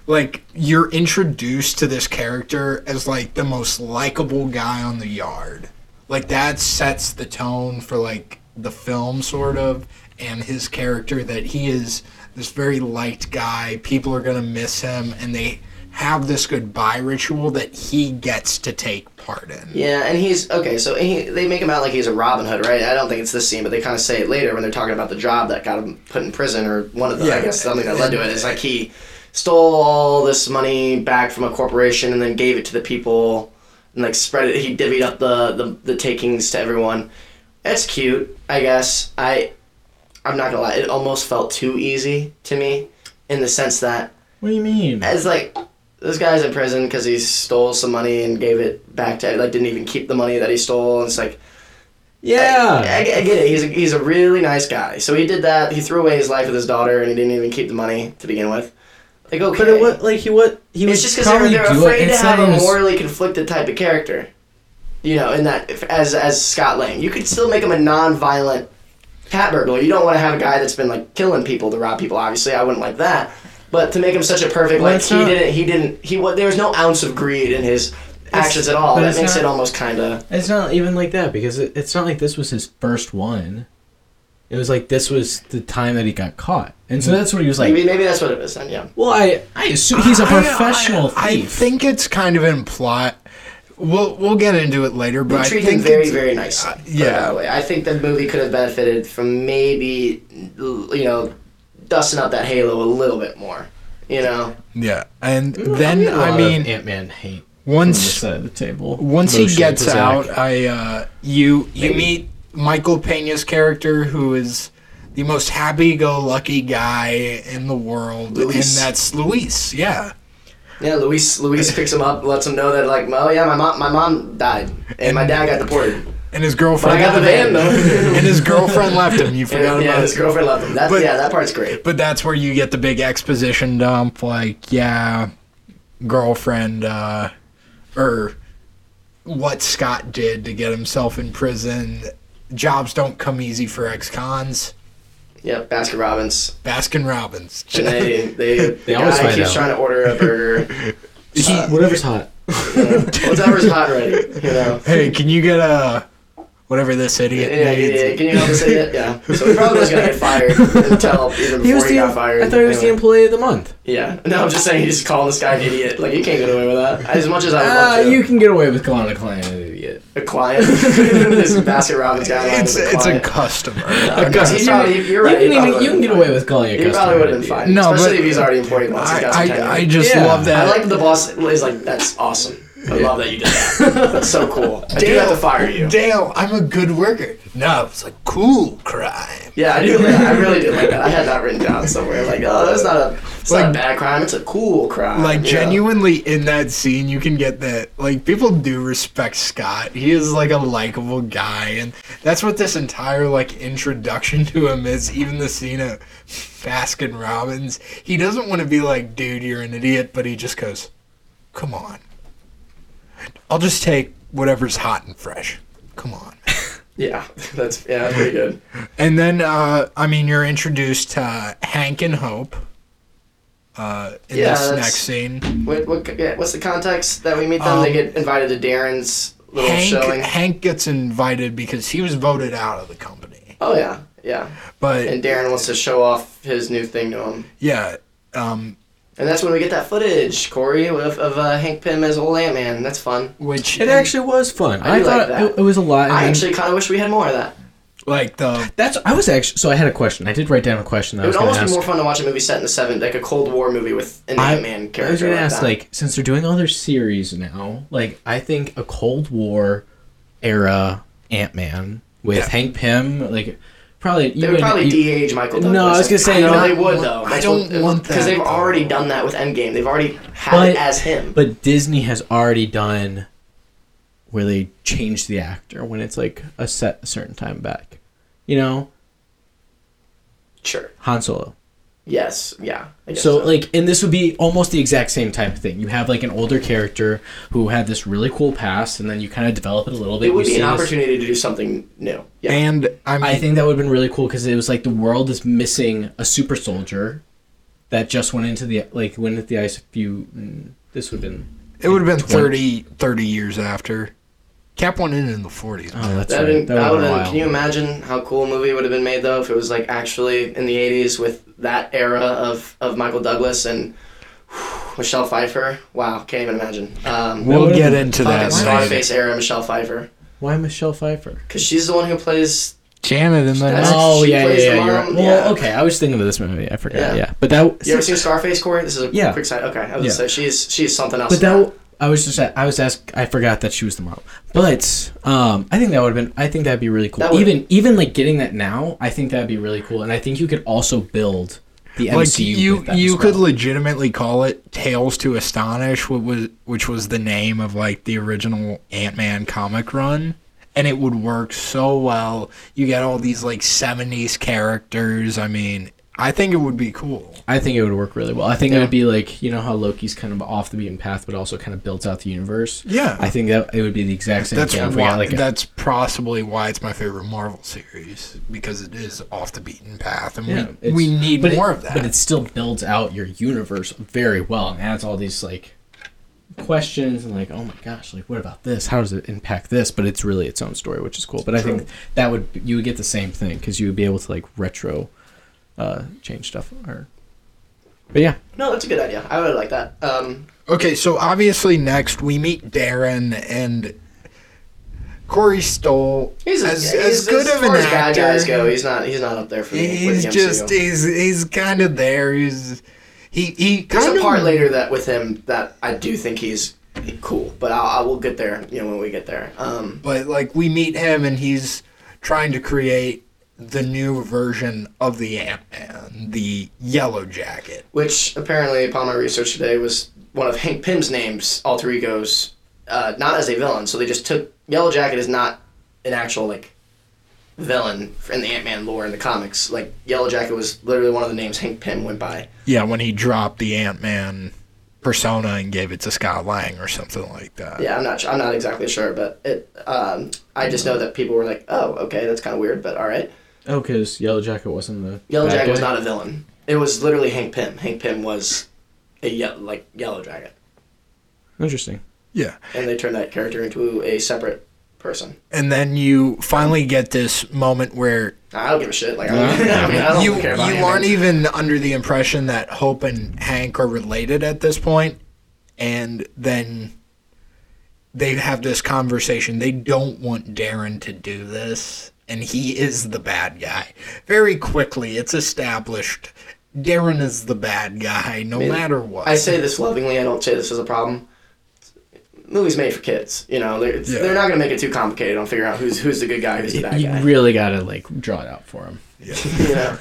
like you're introduced to this character as like the most likable guy on the yard. Like that sets the tone for like the film sort of and his character that he is this very liked guy. People are going to miss him and they have this goodbye ritual that he gets to take part in. Yeah, and he's okay. So he, they make him out like he's a Robin Hood, right? I don't think it's this scene, but they kind of say it later when they're talking about the job that got him put in prison, or one of the I Yeah. guess something that led to it. It's like he stole all this money back from a corporation and then gave it to the people, and like spread it. He divvied up the the, the takings to everyone. It's cute, I guess. I I'm not gonna lie, it almost felt too easy to me in the sense that What do you mean? it's like this guy's in prison because he stole some money and gave it back to like didn't even keep the money that he stole. And it's like, yeah, I, I get I get it. He's a, he's a really nice guy. So he did that. He threw away his life with his daughter, and he didn't even keep the money to begin with. Like okay, But it what like he what he it's was just because they're, probably they're doing- afraid to it's not have a even- morally conflicted type of character. You know, in that if- as as Scott Lang, you could still make him a non-violent cat burglar. You don't want to have a guy that's been like killing people to rob people. Obviously, I wouldn't like that. But to make him such a perfect, Well, like it's he not- didn't, he didn't, he wa- there was no ounce of greed in his actions at all. but That it's makes not- it almost kind of It's not even like that because it, it's not like this was his first one. It was like this was the time that he got caught, and so that's what he was like. maybe maybe that's what it was then. Yeah. Well, I I assume he's a I- I- professional I, thief. think it's kind of implied. We'll we'll get into it later, They but I treat think him very, it's- very nicely. Uh, yeah. yeah. I think the movie could have benefited from maybe, you know, dusting up that halo a little bit more. You know, Yeah, and then I mean, Ant Man hate once- from this side of the table. once he Motion gets to Zach. out, I uh, you you meet Michael Pena's character, who is the most happy-go-lucky guy in the world, Luis. and that's Luis. Yeah, yeah. Luis Luis picks him up, lets him know that like, oh yeah, my mom my mom died and my dad got deported. and his girlfriend. I got the van, though. and his girlfriend left him. You forgot about And, yeah, his it. girlfriend loved him. That's But- yeah, that part's great. But that's where you get the big exposition dump, like, yeah, girlfriend, uh, or what Scott did to get himself in prison. Jobs don't come easy for ex cons. Yeah, Baskin Robbins. Baskin Robbins. And they they they always guy find keeps out. trying to order a burger, whatever's hot. whatever's hot ready. You know. hey, can you get a. Whatever this idiot Yeah, yeah, needs. yeah, yeah. Can you help us say that? Yeah. So he probably was gonna get fired until even before he, He was the got fired. I thought he was the Anyway. employee of the month. Yeah. No, I'm just saying you just calling this guy an idiot. Like you can't get away with that. As much as I would Uh, love to. you can get away with calling a client an idiot. A client. this Basket Robbins guy. It's, a it's a client. customer. He's probably, you're You right. can, he even, probably you can get would've away been with calling a fired. He customer. probably would an have been idiot. fine. No, Especially but- if he's already employed once. I, He's got some I, tenure. I just Yeah. love that. I like that the boss is like, that's awesome. I love that you did that. That's so cool. I do have to fire you. Dale, I'm a good worker. No, it's like cool crime. Yeah, I do. Like, I really do like that. I had that written down somewhere. Like, oh, that's not a, it's not a bad crime. It's a cool crime. Like you know? genuinely in that scene, you can get that. Like people do respect Scott. He is like a likable guy, and that's what this entire like introduction to him is. Even the scene of Baskin Robbins, he doesn't want to be like, "Dude, you're an idiot," but he just goes, "Come on, I'll just take whatever's hot and fresh." Come on. Yeah, that's yeah, that's pretty good. And then, uh, I mean, you're introduced to Hank and Hope uh, in Yeah, this that's- next scene. What, what yeah, what's the context that we meet them? Um, they get invited to Darren's little Hank, showing. Hank gets invited because he was voted out of the company. Oh yeah, yeah. But And Darren wants to show off his new thing to him, yeah, um, and that's when we get that footage, Corey, of, of uh, Hank Pym as old Ant Man. That's fun. which It actually was fun. I, do like thought that. it, it was a lot. and I then- actually kind of wish we had more of that. like the that's I was actually so I had a question. I did write down a question that It I was would going almost to be ask. more fun to watch a movie set in the seven, like a Cold War movie with an I, Ant Man character. I was going like to ask, that. like, since they're doing all their series now, like, I think a Cold War era Ant Man with Hank Pym, like, probably you They would and- probably you- de-age Michael Douglas. No, I was gonna say, I know no, they would though. I don't want because that, they've though. already done that with Endgame. They've already had But- it as him. But Disney has already done where they change the actor when it's like a set a certain time back. You know, sure. Han Solo. Yes. Yeah. I guess So like, and this would be almost the exact same type of thing. You have like an older character who had this really cool past, and then you kind of develop it a little bit. it would You be see an this- opportunity to do something new. Yeah. and I'm I think that would have been really cool because it was like the world is missing a super soldier that just went into the like went into the ice a few. mm, This would have been. it would have been 30, 30 years after. Cap went in in the forties. Oh, that's That'd right. been, That that would would've have been, can you imagine how cool a movie would have been made though if it was like actually in the '80s with that era of, of Michael Douglas and whew, Michelle Pfeiffer? Wow, can't even imagine. Um, we'll would've get been into fucking that. later. Scarface era Michelle Pfeiffer, Why Michelle Pfeiffer? because she's the one who plays Janet in the That's- next. Oh she yeah, yeah, plays yeah. the you're mom, right. Well, yeah. okay. I was thinking of this movie. I forgot. Yeah. Yeah, but that. You ever seen Scarface, Corey? This is a Yeah. quick side. Okay, I was Yeah. gonna say she's she's something else. but that. I was just. I was asked. I forgot that she was the mom. But um, I think that would have been. I think that'd be really cool. That would- Even even like getting that now. I think that'd be really cool, and I think you could also build the like MCU. you with that you as could well. legitimately call it Tales to Astonish, what was which was the name of like the original Ant Man comic run, and it would work so well. You get all these like '70s characters. I mean, I think it would be cool. I think it would work really well. I think it would be like you know how Loki's kind of off the beaten path, but also kind of builds out the universe. Yeah. I think that it would be the exact same That's thing. if we why, got, like, a- that's possibly why it's my favorite Marvel series because it is off the beaten path, and Yeah, we, it's- we need but it- more of that. But it still builds out your universe very well and adds all these like questions and like, oh my gosh, like what about this? How does it impact this? But it's really its own story, which is cool. But I True. think that would you would get the same thing because you would be able to like retro uh, change stuff. Or, but yeah, No, that's a good idea. I would like that. Um, Okay, so obviously next we meet Darren and Corey Stoll. he's as, yeah, as he's- good as of far an as bad actor. guys go, he's not. He's not up there for me. he's with the just MCU. he's he's kind of there. He's he he There's kind a of part later that with him that I do think he's cool, but I, I will get there. You know when we get there. Um, but like we meet him and he's trying to create the new version of the Ant Man, the Yellow Jacket. which apparently, upon my research today, was one of Hank Pym's names, alter egos, uh, not as a villain. So they just took Yellow Jacket is not an actual like villain in the Ant Man lore in the comics. Like Yellow Jacket was literally one of the names Hank Pym went by. Yeah, when he dropped the Ant Man persona and gave it to Scott Lang or something like that. Yeah, I'm not. I'm not exactly sure, but it. Um, I just know that people were like, "Oh, okay, that's kind of weird," but all right. oh, because Yellow Jacket wasn't the Yellow bad Jacket was guy? not a villain. It was literally Hank Pym. Hank Pym was a ye- like Yellow Jacket, interesting. Yeah. and they turned that character into a separate person. and then you finally get this moment where I don't give a shit. Like I, don't, I mean, I don't you care about you Ant-Man. aren't even under the impression that Hope and Hank are related at this point, and then they have this conversation. They don't want Darren to do this, and he is the bad guy. Very quickly, it's established Darren is the bad guy, no matter what. I say this lovingly. I don't say this is a problem. Movies made for kids. You know, they're, it's- Yeah. they're not gonna make it too complicated on figuring out who's who's the good guy, who's the bad You guy. really gotta like draw it out for him. you know.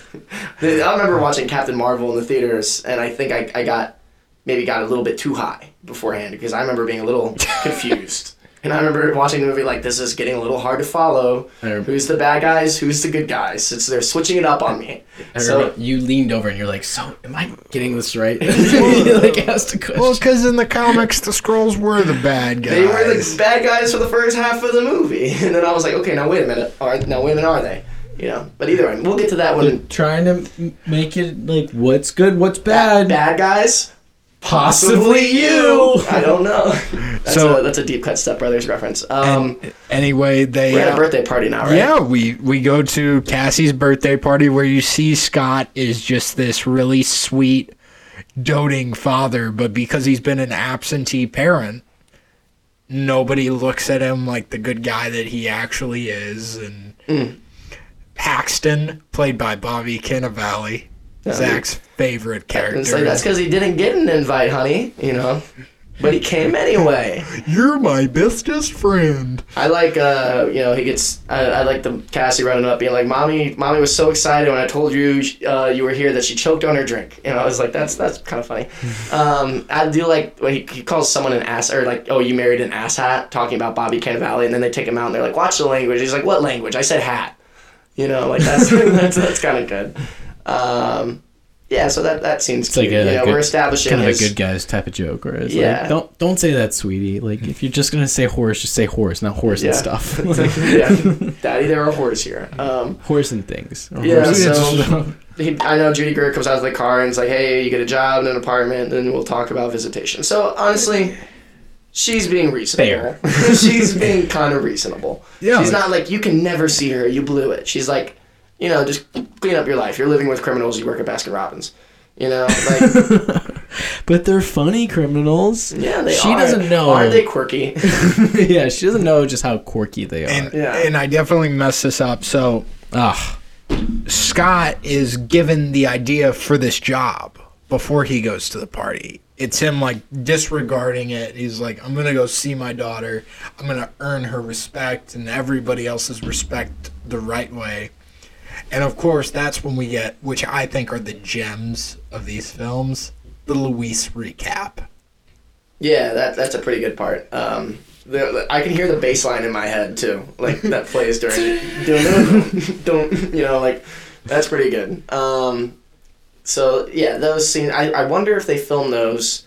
The- I remember watching Captain Marvel in the theaters, and I think I, I got maybe got a little bit too high beforehand because I remember being a little confused. And I remember watching the movie like this is getting a little hard to follow. I rem- Who's the bad guys? Who's the good guys? It's they're switching it up on me. I So remember you leaned over and you're like, "So, am I getting this right?" you like asked a question. well, because in the comics, the scrolls were the bad guys. they were the bad guys for the first half of the movie, and then I was like, okay, now wait a minute. Are now wait a minute, are they? You know. But either way, we'll get to that one. trying to m- make it like what's good, what's bad. Bad guys. Possibly you. I don't know. That's So- a that's a deep cut Step Brothers reference. Um, anyway, they We're at uh, a birthday party now, right? Yeah, we we go to Cassie's birthday party where you see Scott is just this really sweet, doting father, but because he's been an absentee parent, nobody looks at him like the good guy that he actually is. And Mm. Paxton, played by Bobby Cannavale, Zach's favorite character. It's like that's because he didn't get an invite, honey. You know, but he came anyway. You're my bestest friend. I like, uh, you know, he gets. I, I like the Cassie running up, being like, "Mommy, mommy was so excited when I told you uh, you were here that she choked on her drink." And I was like, "That's that's kind of funny." Um, I do like when he, he calls someone an ass or like, "Oh, you married an ass hat," talking about Bobby Cannavale, and then they take him out and they're like, "Watch the language." He's like, "What language?" I said hat. You know, like that's that's, that's kind of good. Um, yeah, so that that seems It's like cute. a you know, good- we're establishing kind of a his- good guys type of joke, or it's Yeah. like, don't don't say that, sweetie. Like if you're just gonna say horse, just say horse, not horse and Yeah. stuff. Like, yeah, Daddy, there are whores here. Um, horse and things. or yeah, horse and- so he, I know Judy Greer comes out of the car and is like, "Hey, you get a job and an apartment, and we'll talk about visitation." So honestly, she's being reasonable. she's being kind of reasonable. Yeah. she's not like you can never see her. You blew it. She's like, you know, just clean up your life. You're living with criminals. You work at Baskin Robbins. You know, like but they're funny criminals. yeah, they she are. doesn't know. Aren't they quirky? yeah, she doesn't know just how quirky they are. And, Yeah. and I definitely messed this up. So Ugh. Scott is given the idea for this job before he goes to the party. It's him like disregarding it. He's like, I'm gonna go see my daughter. I'm gonna earn her respect and everybody else's respect the right way. And of course, that's when we get, which I think are the gems of these films, the Luis recap. Yeah, that that's a pretty good part. Um, the, I can hear the bass line in my head too, like that plays during it. don't you know like that's pretty good. Um, so yeah, those scenes. I, I wonder if they film those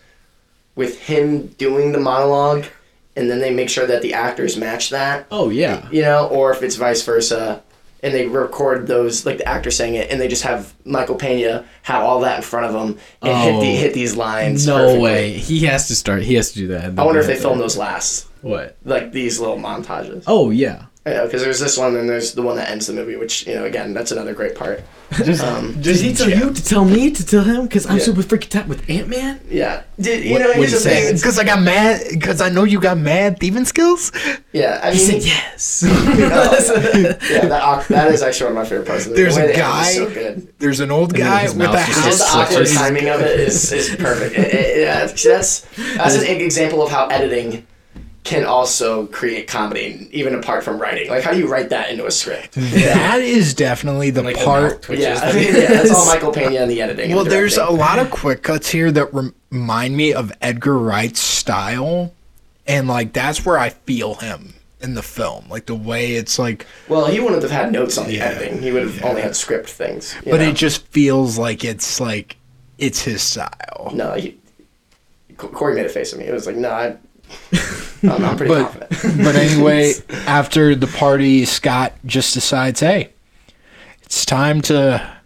with him doing the monologue, and then they make sure that the actors match that. Oh yeah. You know, or if it's vice versa, and they record those like the actor saying it, and they just have Michael Pena have all that in front of him and hit the, Oh. hit these lines. no perfectly. way. He has to start. He has to do that. I wonder if they film those last, What? like these little montages. Oh yeah. because there's this one and there's the one that ends the movie, which you know, again, that's another great part. um, Did he tell you to tell me to tell him? Because I'm Yeah. super freaking tight with Ant Man. yeah, Did, you What- know, what here's do the you say? thing. Because I got mad, because I know you got mad thieving skills. Yeah, I He mean, said yeah, yes. that, awk- that is actually one of my favorite parts. Of the There's the way a they end guy, is So good. there's an old then guy his with mouth a just Just the house. awkward switches. timing of it is, is perfect. It- it- it- uh, see, that's that's an example of how editing can also create comedy, even apart from writing. Like, how do you write that into a script? That is definitely the part. yeah, I mean, yeah, that's all Michael Pena and the editing. and Well, there's a directing. lot of quick cuts here that rem- remind me of Edgar Wright's style, and like that's where I feel him in the film, like the way it's like. Well, he wouldn't have had notes on the Yeah, editing. He would have only had script things. you But know? it just feels like it's like it's his style. no. He, Co- Corey made a face at me. It was like, no, I, I'm, I'm pretty But confident. but anyway, after the party, Scott just decides, hey, it's time to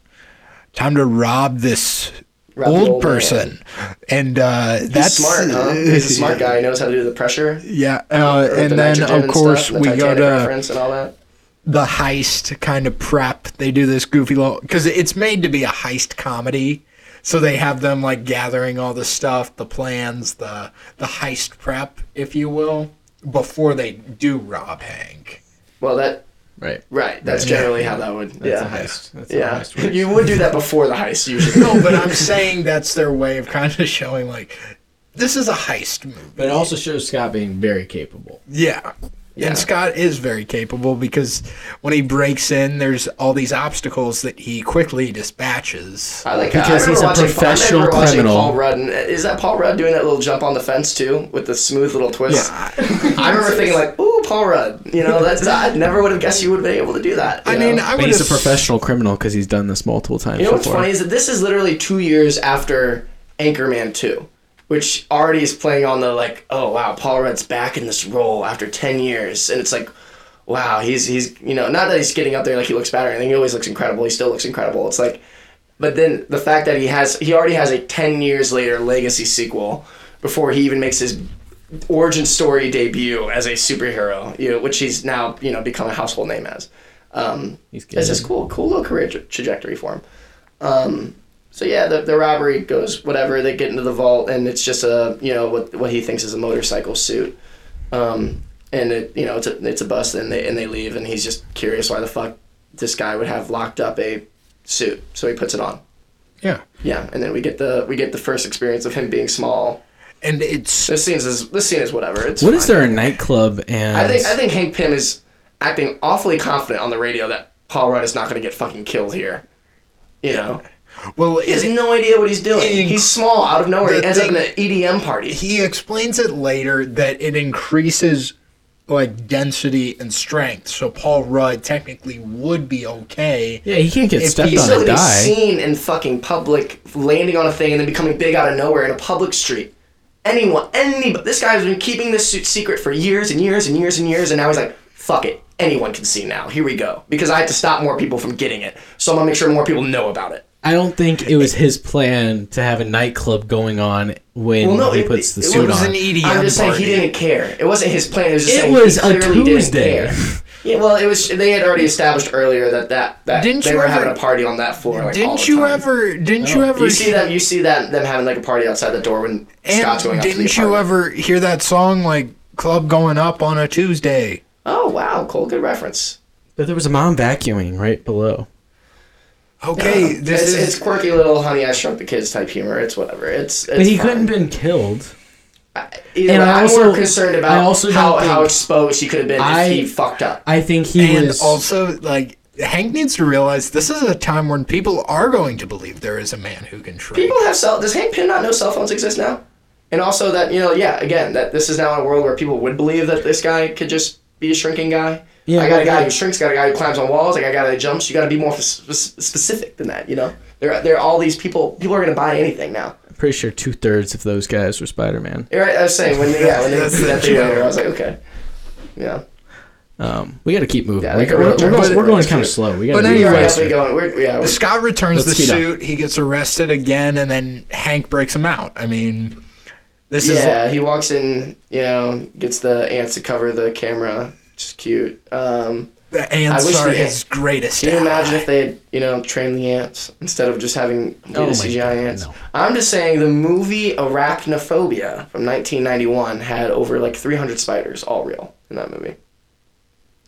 time to rob this Rob the old, old man. person, and uh, that's That's smart, huh? He's a smart guy. He knows how to do the pressure. Yeah, uh, with and the then nitrogen of and course stuff, and the we uh, go Titanic to reference and all that. the heist kind of prep. They do this goofy little because it's made to be a heist comedy, so they have them like gathering all the stuff, the plans, the the heist prep, if you will, before they do rob Hank. Well, that Right. right. That's generally how that would. That's yeah. a heist. That's yeah, a heist. works. you would do that before the heist usually. No, but I'm saying that's their way of kind of showing like this is a heist movie. But it also shows Scott being very capable. Yeah. And Scott is very capable because when he breaks in, there's all these obstacles that he quickly dispatches. I like Because I remember he's a watching- I remember professional watching criminal. Paul Rudd. and- uh, Is that Paul Rudd doing that little jump on the fence too, with the smooth little twist? I remember thinking like, "Ooh, Paul Rudd." You know, that's I never would have guessed you would have been able to do that. you I mean, know? I But would he's a have professional criminal because he's done this multiple times you know what's before. funny is that this is literally two years after Anchorman Two, which already is playing on the like, "Oh wow, Paul Rudd's back in this role after ten years," and it's like. Wow, he's he's you know not that he's getting up there like he looks bad or anything. He always looks incredible. He still looks incredible. It's like But then the fact that he has he already has a 10 years later legacy sequel before he even makes his origin story debut as a superhero, you know, which he's now, you know, become a household name as. Um He's it's just cool, cool little career tra- trajectory for him. Um so yeah, the, the robbery goes whatever. They get into the vault, and it's just a you know what what he thinks is a motorcycle suit, um, and it you know it's a it's a bust, and they and they leave, and he's just curious why the fuck this guy would have locked up a suit, so he puts it on. Yeah. Yeah, and then we get the we get the first experience of him being small. And it's This scene is this scene is whatever. It's What fine. is there a nightclub and I think I think Hank Pym is acting awfully confident on the radio that Paul Rudd is not going to get fucking killed here. You know, well, he has it, no idea what he's doing. It- he's small out of nowhere. He the ends up in thing- an EDM party. he explains it later that it increases like density and strength. So Paul Rudd technically would be okay. yeah, he can't get If stepped he's on Still and to be die. seen in fucking public, landing on a thing and then becoming big out of nowhere in a public street. Anyone, anybody. This guy's been keeping this suit secret for years and years and years and years, and now he's like, fuck it. Anyone can see now. Here we go. Because I had to stop more people from getting it. So I'm going to make sure more people know about it. I don't think it was his plan to have a nightclub going on when Well, no, he it- puts the it e- suit was on. an EDM I'm just saying party. he didn't care. It wasn't his plan. It was just It saying was he a clearly didn't Tuesday. care. Yeah, well, it was. They had already established earlier that that, that Didn't they you were ever- having a party on that floor. Like, all Didn't the you time. ever? Didn't you ever? You see them. You see that them having like a party outside the door when and Scott's going up to the didn't you apartment. ever hear that song like "Club Going Up" on a Tuesday? Oh wow, Cole, good reference. But there was a mom vacuuming right below. Okay, this it's, is it's quirky little honey I shrunk the kids type humor. It's whatever. It's, it's But he fine. couldn't been killed. Either and way, I I'm also- more concerned about I also how don't how think- exposed he could have been I- if he fucked up. I think he and was also like Hank needs to realize this is a time when people are going to believe there is a man who can shrink. People have cell. Does Hank Pym not know cell phones exist now? And also that you know, yeah, again, that this is now a world where people would believe that this guy could just be a shrinking guy. Yeah, I got well, a guy that- who shrinks, got a guy who climbs on walls, I got a guy that jumps. You got to be more f- specific than that, you know. There, are- there are all these people. People are gonna buy anything now. I'm pretty sure two thirds of those guys were Spider Man. You're right, I was saying when they, yeah, when they That's did that the thing joke. earlier, I was like, okay, yeah. Um, we got to keep moving. Yeah, we like, are we're- going, we're we're- going kind of slow. We got But to anyway, We're Right, definitely going. We're, yeah, we're, Scott returns Let's the speed up. suit. He gets arrested again, and then Hank breaks him out. I mean, this yeah. is He walks in, you know, gets the ants to cover the camera. Just cute. Um, the ants I wish are we- his greatest. Can you imagine ally. if they had, you know, trained the ants instead of just having Oh oh my CGI God, ants? no. I'm just saying the movie Arachnophobia from 1991 had over like 300 spiders, all real, in that movie.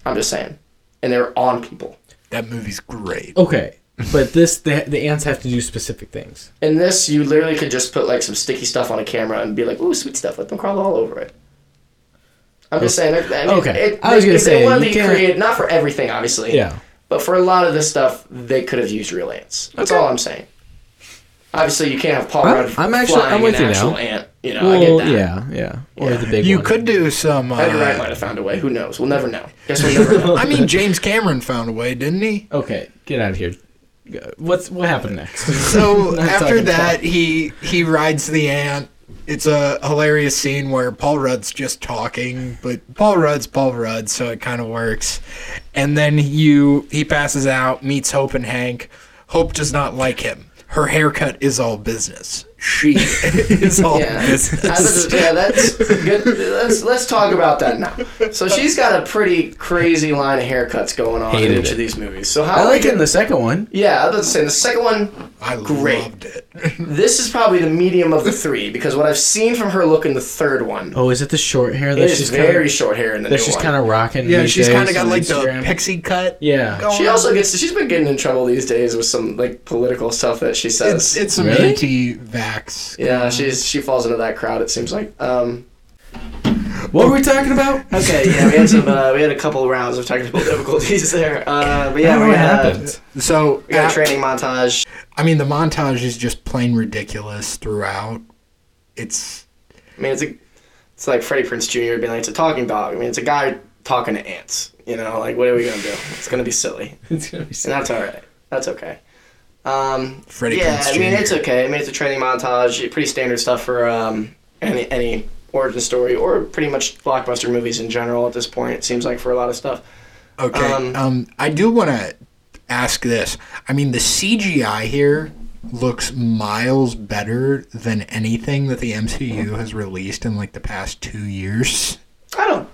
I'm just saying, and they were on people. that movie's great? Okay, but this the, the ants have to do specific things. In this, you literally could just put like some sticky stuff on a camera and be like, "Ooh, sweet stuff! Let them crawl all over it." I'm just saying. they're- I mean, Okay. it- I was they- gonna if say, they wanted you to be can't- creative, not for everything, obviously. Yeah. But for a lot of this stuff, they could have used real ants. That's all I'm saying. Obviously, you can't have Paul I'm- Rudd I'm actually- flying I'm with an you actual now. ant. You know, I Well, get that. yeah, yeah. Or the big You one. could do some. Uh, Edgar Wright might have found a way. Who knows? We'll never know. Guess we'll never know. I mean, James Cameron found a way, didn't he? Okay, get out of here. Go- What's what happened next? So Not after talking that, about- he he rides the ant. It's a hilarious scene where Paul Rudd's just talking, but Paul Rudd's Paul Rudd, so it kind of works. And then you he passes out, meets Hope and Hank. Hope does not like him. Her haircut is all business. She is all Yeah, I business. was- yeah, that's good. Let's let's talk about that now. So she's got a pretty crazy line of haircuts going on in Hated each it. of these movies. So how I like it in the the second one. yeah, I was about to say the second one. I Great. loved it. This is probably the medium of the three because what I've seen from her look in the third one, Oh, is it the short hair that it she's is very kinda, short hair in the that new she's one. kind of rocking? Yeah, these she's days kind of got on like the Oh. Instagram? pixie cut. Yeah. going She on. also gets. She's been getting in trouble these days with some like political stuff that she says. it's it's some Really? anti-vax. yeah, she's she falls into that crowd. It seems like. Um, What were we talking about? okay, yeah, we had some. Uh, we had a couple rounds of technical difficulties there. Uh, but yeah, What we had, happened? So we got a after- training montage. I mean, the montage is just plain ridiculous throughout. It's I mean, it's a, it's like Freddie Prince Jr. being like, it's a talking dog. I mean, it's a guy talking to ants. You know, like what are we gonna do? It's gonna be silly, It's gonna be so- and that's all right. That's okay. Um, Freddie yeah, Prinze I mean, Jr.. it's okay. I mean, it's a training montage. Pretty standard stuff for um, any any origin story or pretty much blockbuster movies in general at this point. It seems like for a lot of stuff. okay. Um, Um, I do want to ask this. I mean, the CGI here looks miles better than anything that the MCU has released in like the past two years. I don't.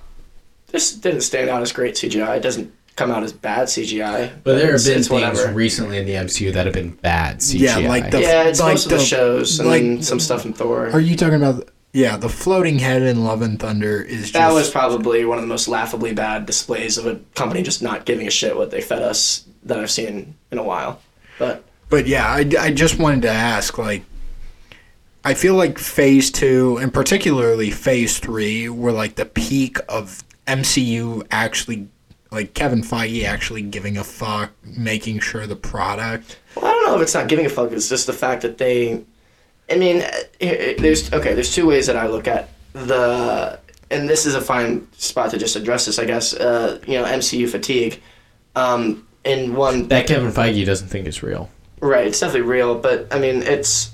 This didn't stand out as great CGI. It doesn't come out as bad CGI. But there have It's- been it's things recently in the MCU that have been bad CGI. Yeah, like the- yeah, it's like most of the, the- shows and like- then some stuff in Thor. Are you talking about? Yeah, the floating head in Love and Thunder is just. That was probably one of the most laughably bad displays of a company just not giving a shit what they fed us that I've seen in a while. But But yeah, I, I just wanted to ask, like, I feel like phase two, and particularly phase three, were like the peak of MCU actually, like Kevin Feige actually giving a fuck, making sure the product. well, I don't know if it's not giving a fuck. It's just the fact that they. I mean, eh, eh, there's okay. There's two ways that I look at the, and this is a fine spot to just address this, I guess. Uh, you know, MCU fatigue. Um, in one that Kevin Feige doesn't think is real. Right, it's definitely real, but I mean, it's.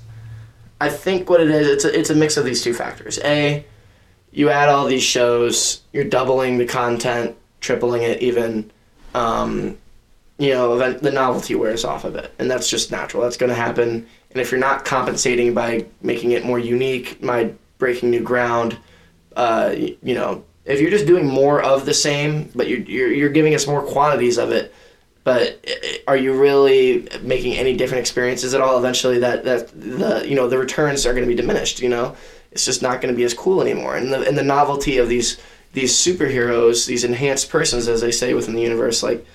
I think what it is, it's a, it's a mix of these two factors. A, you add all these shows, you're doubling the content, tripling it even. Um, you know, event, the novelty wears off of it, and that's just natural. That's going to happen. And if you're not compensating by making it more unique, by breaking new ground, uh, y- you know, if you're just doing more of the same, but you're you're, you're giving us more quantities of it, but i- i- are you really making any different experiences at all eventually that that the you know the returns are going to be diminished you know it's just not going to be as cool anymore and the and the novelty of these these superheroes these enhanced persons as they say within the universe like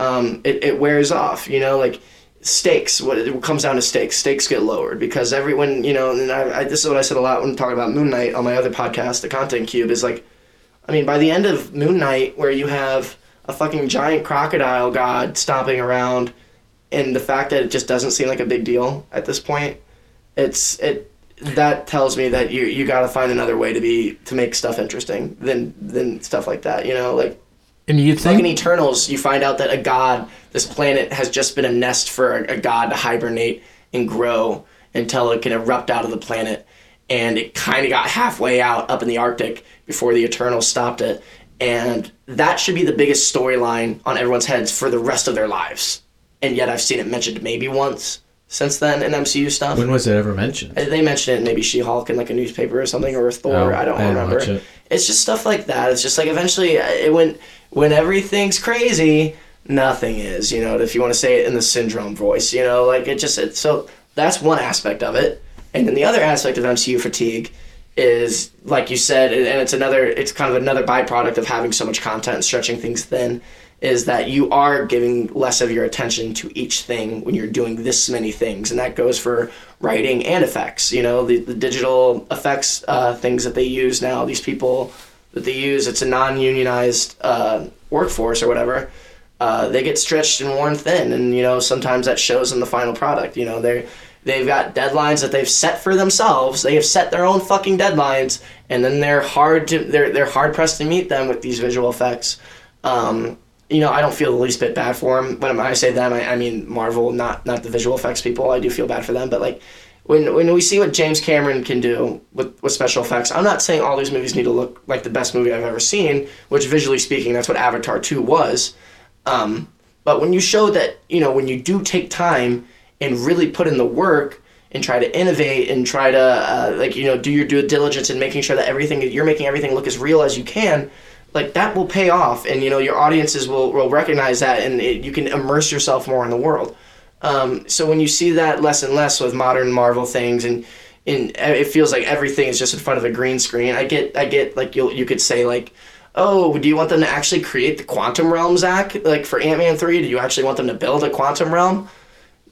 um, it, it wears off you know like stakes what it comes down to stakes stakes get lowered because everyone you know and I, I, this is what i said a lot when talking about moon knight on my other podcast the content cube is like I mean, by the end of Moon Knight, where you have a fucking giant crocodile god stomping around, and the fact that it just doesn't seem like a big deal at this point, it's it that tells me that you you got to find another way to be to make stuff interesting than than stuff like that. You know, like and you think like in Eternals, you find out that a god, this planet has just been a nest for a, a god to hibernate and grow until it can erupt out of the planet, and it kind of got halfway out up in the Arctic before the Eternals stopped it, and that should be the biggest storyline on everyone's heads for the rest of their lives. And yet, I've seen it mentioned maybe once since then in MCU stuff. When was it ever mentioned? Uh, They mentioned it maybe She Hulk in like a newspaper or something or Thor. Oh, I don't I didn't remember. watch it. It's just stuff like that. It's just like eventually uh, it when when everything's crazy, nothing is. You know, if you want to say it in the syndrome voice, you know, like it just it, so that's one aspect of it. And then the other aspect of MCU fatigue is like you said, and and it's another it's kind of another byproduct of having so much content and stretching things thin. Is that you are giving less of your attention to each thing when you're doing this many things, and that goes for writing and effects. You know, the, the digital effects uh, things that they use now, these people that they use, it's a non unionized uh, workforce or whatever. Uh, they get stretched and worn thin, and you know sometimes that shows in the final product. You know they they've got deadlines that they've set for themselves. They have set their own fucking deadlines, and then they're hard to they're they're hard pressed to meet them with these visual effects. Um, you know, I don't feel the least bit bad for them. When I say them, I, I mean Marvel, not not the visual effects people. I do feel bad for them, but like when when we see what James Cameron can do with with special effects, I'm not saying all these movies need to look like the best movie I've ever seen. Which visually speaking, that's what Avatar Two was. Um, but when you show that, you know, when you do take time and really put in the work and try to innovate and try to, uh, like, you know, do your due diligence and making sure that everything, you're making everything look as real as you can, like, that will pay off. And, you know, your audiences will, will recognize that and it, you can immerse yourself more in the world. Um, so when you see that less and less with modern Marvel things and, and e-, it feels like everything is just in front of a green screen. I get, I get, like you, you could say like, oh, do you want them to actually create the quantum realm, Zach? Like for Ant Man 3, do you actually want them to build a quantum realm?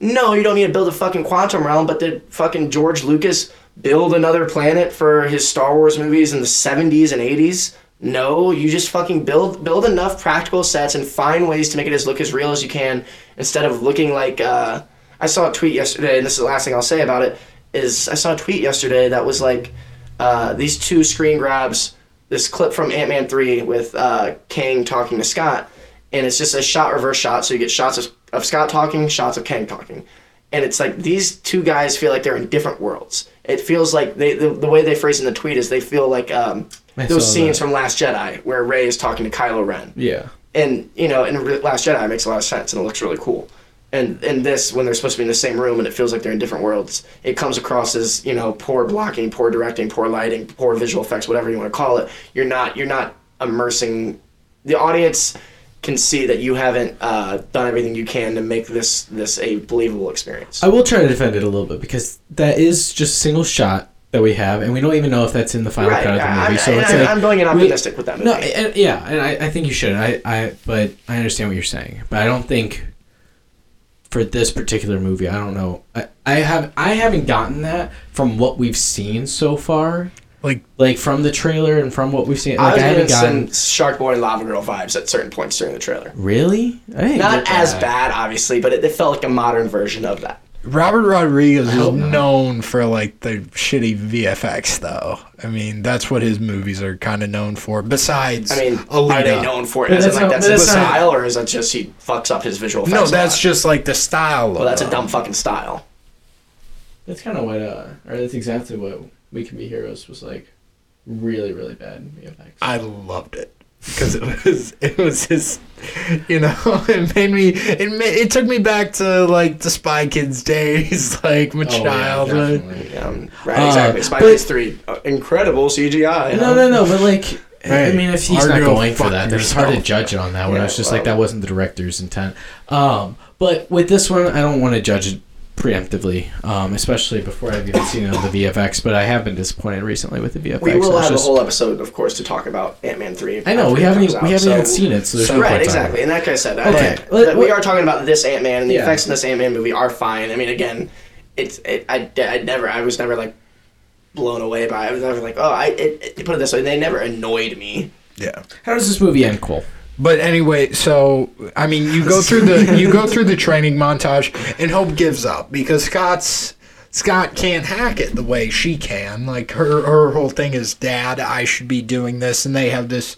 No, you don't need to build a fucking quantum realm, but did fucking George Lucas build another planet for his Star Wars movies in the 70s and 80s? No, you just fucking build build enough practical sets and find ways to make it as look as real as you can instead of looking like uh, I saw a tweet yesterday, and this is the last thing I'll say about it, is I saw a tweet yesterday that was like uh, these two screen grabs this clip from Ant Man three with uh, Kang talking to Scott, and it's just a shot reverse shot. So you get shots of, of Scott talking, shots of Kang talking, and it's like these two guys feel like they're in different worlds. It feels like they the, the way they phrase in the tweet is they feel like um, I those saw scenes that. from Last Jedi where Ray is talking to Kylo Ren Yeah. and you know, in Re- Last Jedi it makes a lot of sense and it looks really cool. And and this, when they're supposed to be in the same room and it feels like they're in different worlds, it comes across as you know poor blocking, poor directing, poor lighting, poor visual effects, whatever you want to call it. You're not you're not immersing the audience can see that you haven't uh, done everything you can to make this this a believable experience. I will try to defend it a little bit because that is just a single shot that we have, and we don't even know if that's in the final Right, cut of the I- movie. I'm- so and it's I'm- like, I'm going in we- optimistic with that No, movie. and, yeah, and I, I think you should. I, I, but I understand what you're saying, but I don't think for this particular movie, I don't know. I, I have, I haven't gotten that from what we've seen so far, Like- like from the trailer and from what we've seen. I Like, was I, haven't getting gotten some Shark Boy and Lava Girl vibes at certain points during the trailer. really. I didn't Not get as that. bad, obviously, but it, it felt like a modern version of that. Robert Rodriguez is known for like the shitty VFX, though. I mean, that's what his movies are kind of known for. Besides, I mean, are Alita. they known for it? But Is it that's like not- that's, but his that's not- style, or is that just he fucks up his visual effects? No, a that's lot? just like the style. Well, that's a of dumb fucking style. That's kind of what, uh, or that's exactly what We Can Be Heroes was like. Really, really bad VFX. I loved it because it was it was his. You know, it made me. It ma- it took me back to like the Spy Kids days, like my Oh, yeah, childhood. definitely. Um, right, Uh, exactly. Spy but- Kids 3, uh, incredible CGI. No, no, no. But like, I Hey, mean, if he's not Argo, going for fuck that, then it's hard to yourself. judge it on that one. Yeah, I was just like, well. that wasn't the director's intent. Um, but with this one, I don't want to judge it preemptively, um, especially before I've even seen it on the VFX. But I have been disappointed recently with the VFX. We will It's have just- a whole episode, of course, to talk about Ant Man 3. I know we after haven't it comes even, we out, haven't so- even seen it, so there's no right, point talking exactly. And like I said, I- Okay. I- Let- we are talking about this Ant Man, and the Yeah. effects in this Ant Man movie are fine. I mean, again, it's it, I, I never, I was never like blown away by. it. I was never like, oh, I it, it, put it this way, they never annoyed me. Yeah, How does this movie end, Cole? But anyway, so I mean, you go through the you go through the training montage, and Hope gives up because Scott's Scott can't hack it the way she can. Like her her whole thing is, Dad, I should be doing this, and they have this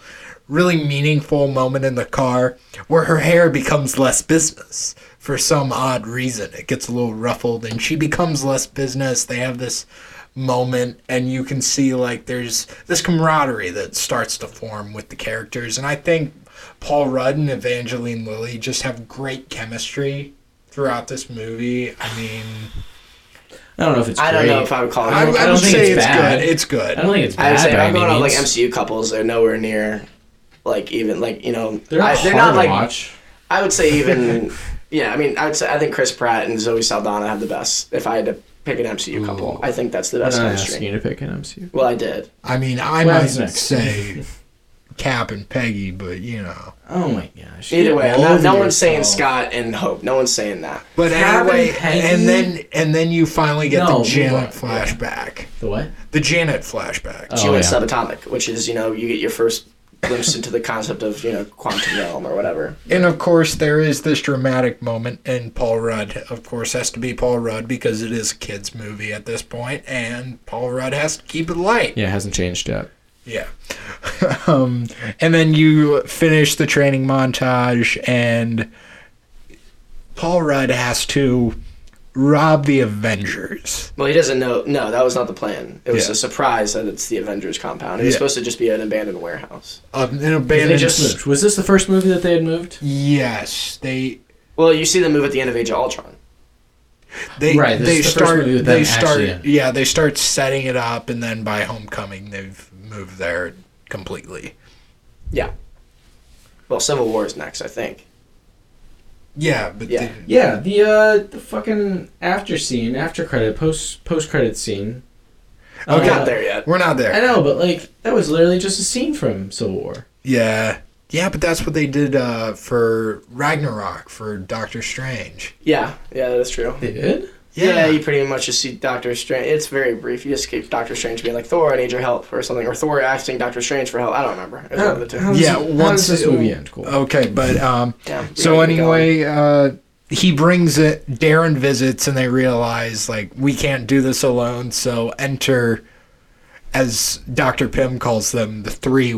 really meaningful moment in the car where her hair becomes less business for some odd reason. It gets a little ruffled, and she becomes less business. They have this moment and you can see like there's this camaraderie that starts to form with the characters and i think paul rudd and evangeline lilly just have great chemistry throughout this movie i mean I don't know if it's. I don't great. know if I would call it- I, don't- I I don't would think say it's, it's bad. good. It's good. I don't think it's I bad. would say if by I'm any going on like means. MCU couples. They're nowhere near like even like you know They're not I, they're hard not to like watch. I would say even yeah. I mean, I would say I think Chris Pratt and Zoe Saldana have the best. If I had to pick an MCU couple, I think that's the I'm best not chemistry. asking you to pick an MCU. Well, I did. i mean i Well, might it's next. say cap and peggy but you know Oh my gosh. Either way, I'm All not, no over one's saying yourself. Scott and Hope. No one's saying that. but Cap and anyway Peggy? and then and then you finally get No, the move janet on. flashback The what? the janet flashback Oh, She went yeah. subatomic, which is you know you get your first glimpse into the concept of you know quantum realm or whatever. And of course, there is this dramatic moment, and Paul Rudd, of course, has to be Paul Rudd because it is a kids' movie at this point, and Paul Rudd has to keep it light. Yeah, it hasn't changed yet. Yeah. um, and then you finish the training montage, and Paul Rudd has to rob the Avengers. Well, he doesn't know. No, that was not the plan. It was Yeah. a surprise that it's the Avengers compound. It was Yeah. supposed to just be an abandoned warehouse. Um, an They abandoned. just moved. Was this the first movie that they had moved? yes, they Well, you see the move at the end of Age of Ultron. they Right, this they is the first start movie with they them start actually in. yeah they start setting it up and then by homecoming they've moved there completely Yeah. Well, Civil War is next, I think. yeah but Yeah. the- Yeah, the uh, the fucking after scene, after credit, post post credit scene. We're Uh, not there yet. we're not there I know, but like that was literally just a scene from Civil War. yeah yeah but that's what they did uh, for Ragnarok for Doctor Strange Yeah, yeah, that is true. They did. Yeah. you pretty much just see Doctor Strange. It's very brief. You just keep Doctor Strange being like, "Thor, I need your help" or something, or Thor asking Doctor Strange for help. I don't remember. It was one of the two. How does- yeah how does once this it- movie end, cool. okay but um Damn, we so gotta get anyway uh he brings it Darren visits and they realize like we can't do this alone so enter as Dr. Pym calls them, the three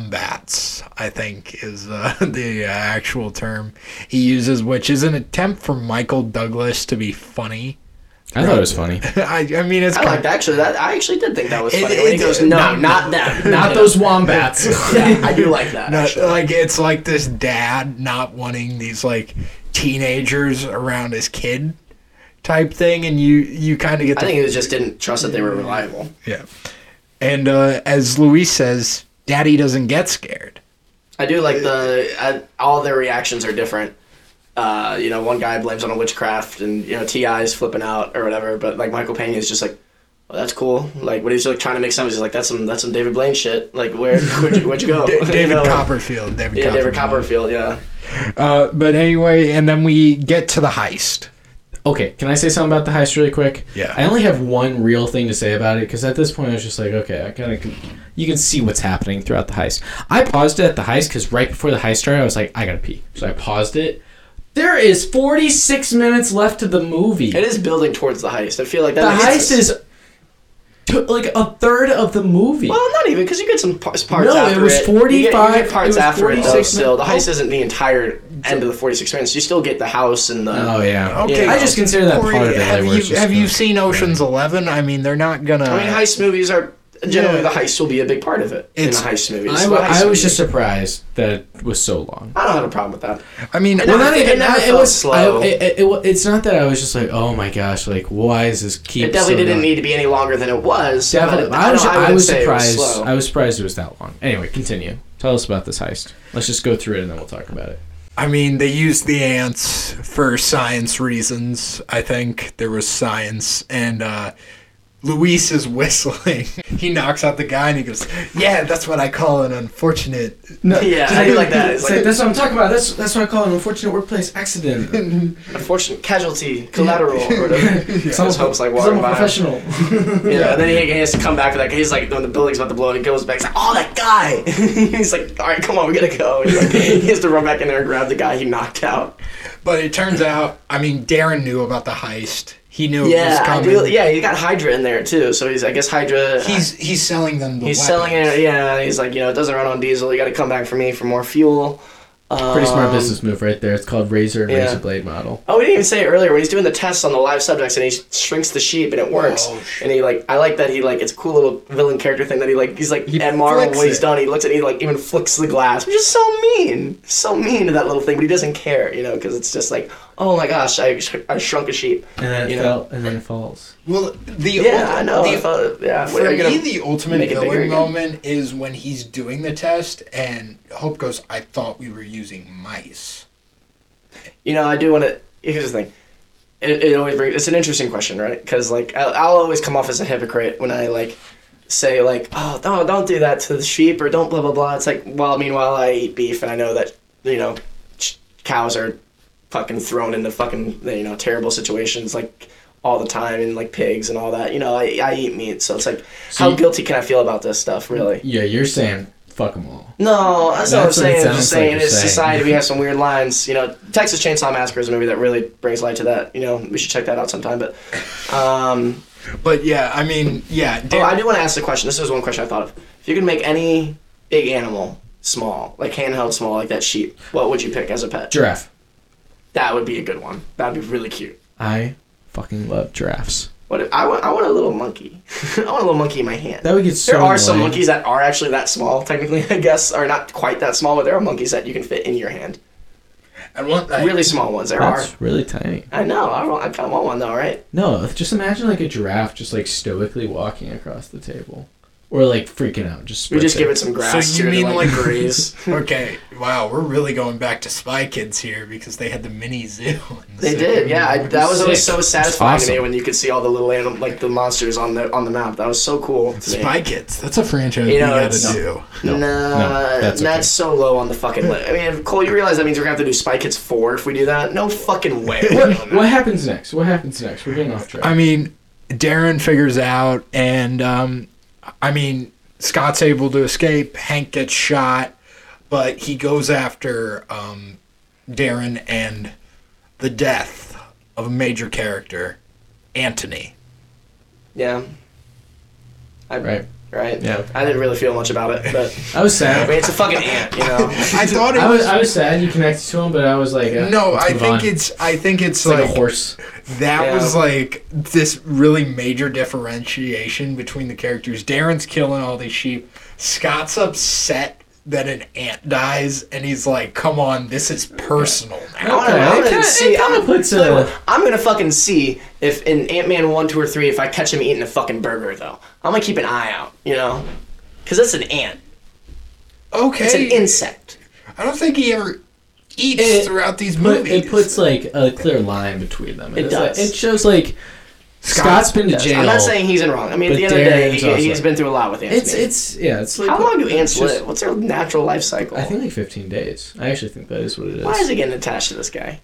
wombats, I think is uh, the uh, actual term he uses, which is an attempt for Michael Douglas to be funny. I thought it was funny. I, I mean, it's I kind liked actually that. I actually did think that was It- funny. when he it- goes, "No, not- not, them, Not those wombats. yeah, I do like that. not, actually. like it's like this dad not wanting these like teenagers around his kid type thing, and you you kind of get I the think it was just didn't trust that they were reliable. yeah. And uh, as Luis says, Daddy doesn't get scared. I do like the I, all their reactions are different. Uh, you know, one guy blames it on witchcraft, and you know Ti's flipping out or whatever. But like Michael Pena is just like, well, that's cool. Like what he's like trying to make sense. He's like, that's some that's some David Blaine shit. Like where where'd you, where'd you go? You David know, like, Copperfield. David Yeah, Copperfield. David Copperfield. Yeah. Uh, but anyway, and then we get to the heist. okay, can I say something about the heist really quick? Yeah. I only have one real thing to say about it because at this point I was just like, okay, I kind of. You can see what's happening throughout the heist. I paused it at the heist because right before the heist started, I was like, I gotta pee. So I paused it. There is 46 minutes left of the movie. It is building towards the heist. I feel like that. the makes heist sense. is t- like a third of the movie. Well, not even because you get some parts. parts No, it after was You get- You get, 45 parts it was after it though. 46 Still, the heist min- isn't the entire end of the forty-six minutes. You still get the house and the. oh yeah. Okay. I just consider that Corey, part of it. have like, where it's you just have you the- seen Ocean's Eleven? I mean, they're not gonna. I mean, heist movies are Yeah. generally the heist will be a big part of it in a It's- heist movie. It's I, the wa- heist I was movie. just surprised that it was so long. I don't have a problem with that. I mean, And well, I- Not it even- never I- it felt was- slow. I- it- it- it wa- it's not that I was just like, oh my gosh, like why is this keep? It definitely so didn't long?" need to be any longer than it was. Definitely, but I was, don't- I wouldn't was say it surprised. slow. I was surprised it was that long. Anyway, continue. Tell us about this heist. Let's just go through it and then we'll talk about it. I mean, they used the ants for science reasons. I think there was science, and uh, Luis is whistling. He knocks out the guy and he goes, "Yeah, that's what I call an unfortunate." No, Yeah, I do like that. It's It's like- like, that's what I'm talking about. That's that's what I call an unfortunate workplace accident. Unfortunate casualty, collateral, or whatever. Some His hope's like I'm walking a by. professional. Yeah, and then he, he has to come back for that. He's like, when the building's about to blow, and he goes back. He's like, oh, that guy. he's like, all right, come on, we gotta go. He's like, he has to run back in there and grab the guy he knocked out. But it turns out, I mean, Darren knew about the heist. He Oh, knew it was Yeah, I coming. do, yeah, he got Hydra in there too. So he's, I guess Hydra. He's he's selling them. The he's selling weapons. it. Yeah, and he's like, you know, it doesn't run on diesel. You got to come back for me for more fuel. Um, Pretty smart business move right there. It's called razor and yeah. razor blade model. Oh, we didn't even say it earlier when he's doing the tests on the live subjects and he sh- shrinks the sheep and it works. Oh, shit. and he like, I like that he like, it's a cool little villain character thing that he like, he's like, He at Marvel flicks what he's it. done. He looks at, it, he like even flicks the glass, which is so mean, so mean to that little thing. But he doesn't care, you know, because it's just like, oh my gosh, I, sh- I shrunk a sheep. And then it you know? fell. And then it falls. Well, the Yeah, ult- I know. the- I felt, yeah, for are me, you gonna- the ultimate make it bigger villain again? moment is when he's doing the test and Hope goes, "I thought we were using mice." you know, I do want to. Here's the thing. It, it always brings. It's an interesting question, right? Because like I'll, I'll always come off as a hypocrite when I like say like, oh, no, don't do that to the sheep or don't blah blah blah. It's like, well, meanwhile I eat beef and I know that you know ch- cows are fucking thrown into fucking you know terrible situations like all the time and like pigs and all that. You know, I I eat meat, so it's like, how you- guilty can I feel about this stuff, really? Yeah, you're saying fuck them all. No, that's, not what That's I'm what it saying. I'm sounds just like saying you're is saying. society we have some weird lines. You know, Texas Chainsaw Massacre is a movie that really brings light to that. You know, we should check that out sometime. But um, But yeah, I mean, yeah, oh, Darren, I do want to ask the question. This is one question I thought of. If you could make any big animal small, like handheld small, like that sheep, what would you pick as a pet? Giraffe. That would be a good one. That'd be really cute. I fucking love giraffes. What if, I want? I want a little monkey. I want a little monkey in my hand. That would get so there are some annoying. monkeys that are actually that small, technically, I guess, are not quite that small, but there are monkeys that you can fit in your hand. I want that. Really small ones. There are. That's really tiny. I know. I, want, I kind of want one though, right? No, just imagine like a giraffe just like stoically walking across the table, or like freaking out. Just We just split give it some grass. you here to, mean, like- graze? Okay, wow, we're really going back to Spy Kids here because they had the mini zoo. in the they city. did, yeah. I, that was always so Sick. satisfying to me awesome. when you could see all the little animal, like the monsters on the on the map. That was so cool. To me. Spy Kids. That's a franchise You know, we gotta it's- do. No, no, nah, that's, that's okay. so low on the fucking list. I mean, Cole, you realize that means we're gonna have to do Spy Kids four if we do that? No fucking way. What, what happens next? What happens next? We're getting off track. I mean, Darren figures out, and um, I mean, Scott's able to escape. Hank gets shot, but he goes after um, Darren and the death of a major character, Anthony. yeah. I, Right. Right. Yeah. I didn't really feel much about it, but I was I mean, sad. it's a fucking ant, you know. I thought it I was was. I was sad you connected to him, but I was like, uh, no, let's I move think on. it's. I think it's, It's like, like, a horse. that Yeah. was like this really major differentiation between the characters. Darren's killing all these sheep. Scott's upset that an ant dies, and he's like, "Come on, this is personal." I wanna- Okay, I it wanna kinda- see- it kinda I'm- puts tell you a- what, I'm gonna fucking see if in Ant Man one, two, or three, if I catch him eating a fucking burger though. I'm gonna keep an eye out, you know, because that's an ant. Okay, It's an insect. I don't think he ever eats It- throughout these But movies. it puts like a clear line between them. It It's like- does. it shows like Scott's been to Yes, jail. I'm not saying he's in wrong. I mean, at But the end of the day, Darren's he, also- he's been through a lot with it's ants. man. it's yeah. It's like how long do ants it's just- live? What's their natural life cycle? I think like 15 days. I actually think that is what it is. Why is he getting attached to this guy?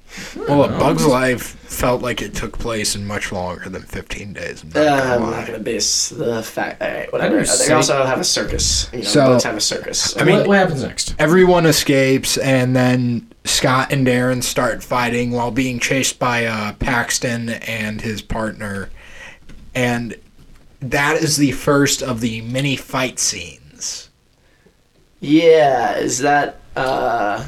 well, a Bug's Life felt like it took place in much longer than 15 days. I'm not gonna Uh, I'm lie. not gonna base the fact. All right, whatever. I They never say- also have a circus. You know, So- bugs have a circus. I mean- what, what happens next? Everyone escapes, and then Scott and Darren start fighting while being chased by uh, Paxton and his partner. And that is the first of the mini fight scenes. yeah, is that? uh...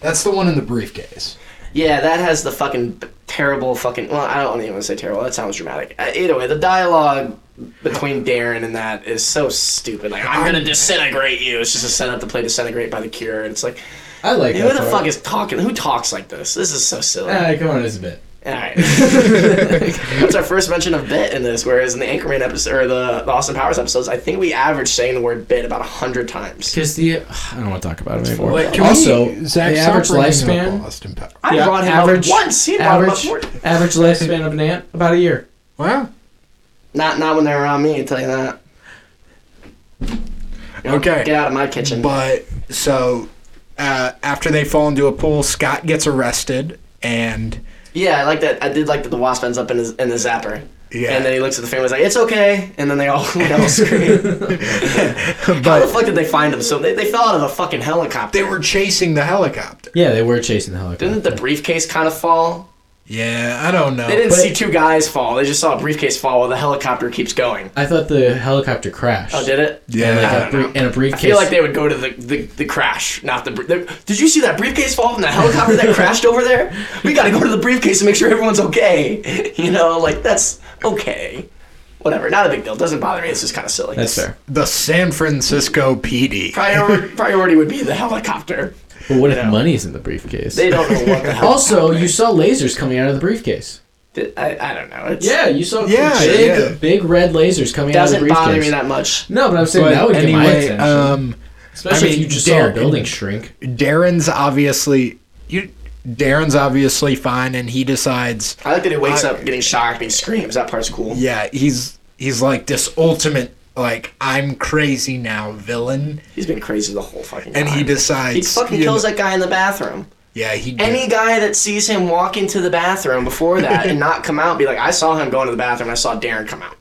That's the one in the briefcase. Yeah, that has the fucking b- terrible fucking. Well, I don't even want to say terrible. That sounds dramatic. Uh, either way, the dialogue between Darren and that is so stupid. Like, I'm gonna disintegrate you. It's just a setup to play Disintegrate by The Cure, and it's like, I like who that the part. fuck is talking? Who talks like this? This is so silly. Ah, come on, it's a bit. All right, that's our first mention of bit in this. Whereas in the Anchorman episode or the, the Austin Powers episodes, I think we averaged saying the word bit about hundred times. Because the I don't want to talk about it anymore. Wait, can we- also, Zach, the stop average bringing up lifespan. Austin Powers. I Yeah, brought him average- up once. He brought him up Average, more. average lifespan of an ant about a year. Wow. Not not when they're around me. I tell you that. Okay. Get out of my kitchen. But so uh, after they fall into a pool, Scott gets arrested and Yeah, I like that. I did like that the wasp ends up in his in the zapper. Yeah. And then he looks at the family, he's like, "It's okay." And then they all they all scream. How the fuck did they find him? So they, they fell out of a fucking helicopter. they were chasing the helicopter. Yeah, they were chasing the helicopter. Didn't the briefcase kind of fall? Yeah, I don't know. They didn't but- see two guys fall. They just saw a briefcase fall while the helicopter keeps going. I thought the helicopter crashed. Oh, did it? And, like, yeah. Uh, a brie- and a I briefcase. feel like they would go to the, the, the crash, not the. br- the- Did you see that briefcase fall from the helicopter that crashed over there? We gotta go to the briefcase and make sure everyone's okay. You know, like that's okay. Whatever, not a big deal. Doesn't bother me. It's just kind of silly. That's fair. The San Francisco PD. Prior, priority would be the helicopter. But what if money's in the briefcase? They don't know what the hell. also, you saw lasers coming out of the briefcase. I, I don't know. It's, Yeah, you saw Yeah, big, yeah. big red lasers coming out of the doesn't briefcase. bother me that much. No, but I'm saying But that would get my anyway, attention. um, Especially I if mean, you just saw Darren- a building shrink. Darren's obviously you. Darren's obviously fine, and he decides. I like that he wakes I- up getting shocked and he screams. That part's cool. Yeah, he's he's like this ultimate like I'm crazy now villain, He's been crazy the whole fucking time. and he decides He fucking you kills know- that guy in the bathroom. Yeah, he Any guy that sees him walk into the bathroom before that and not come out, be like, I saw him going to the bathroom. I saw Darren come out,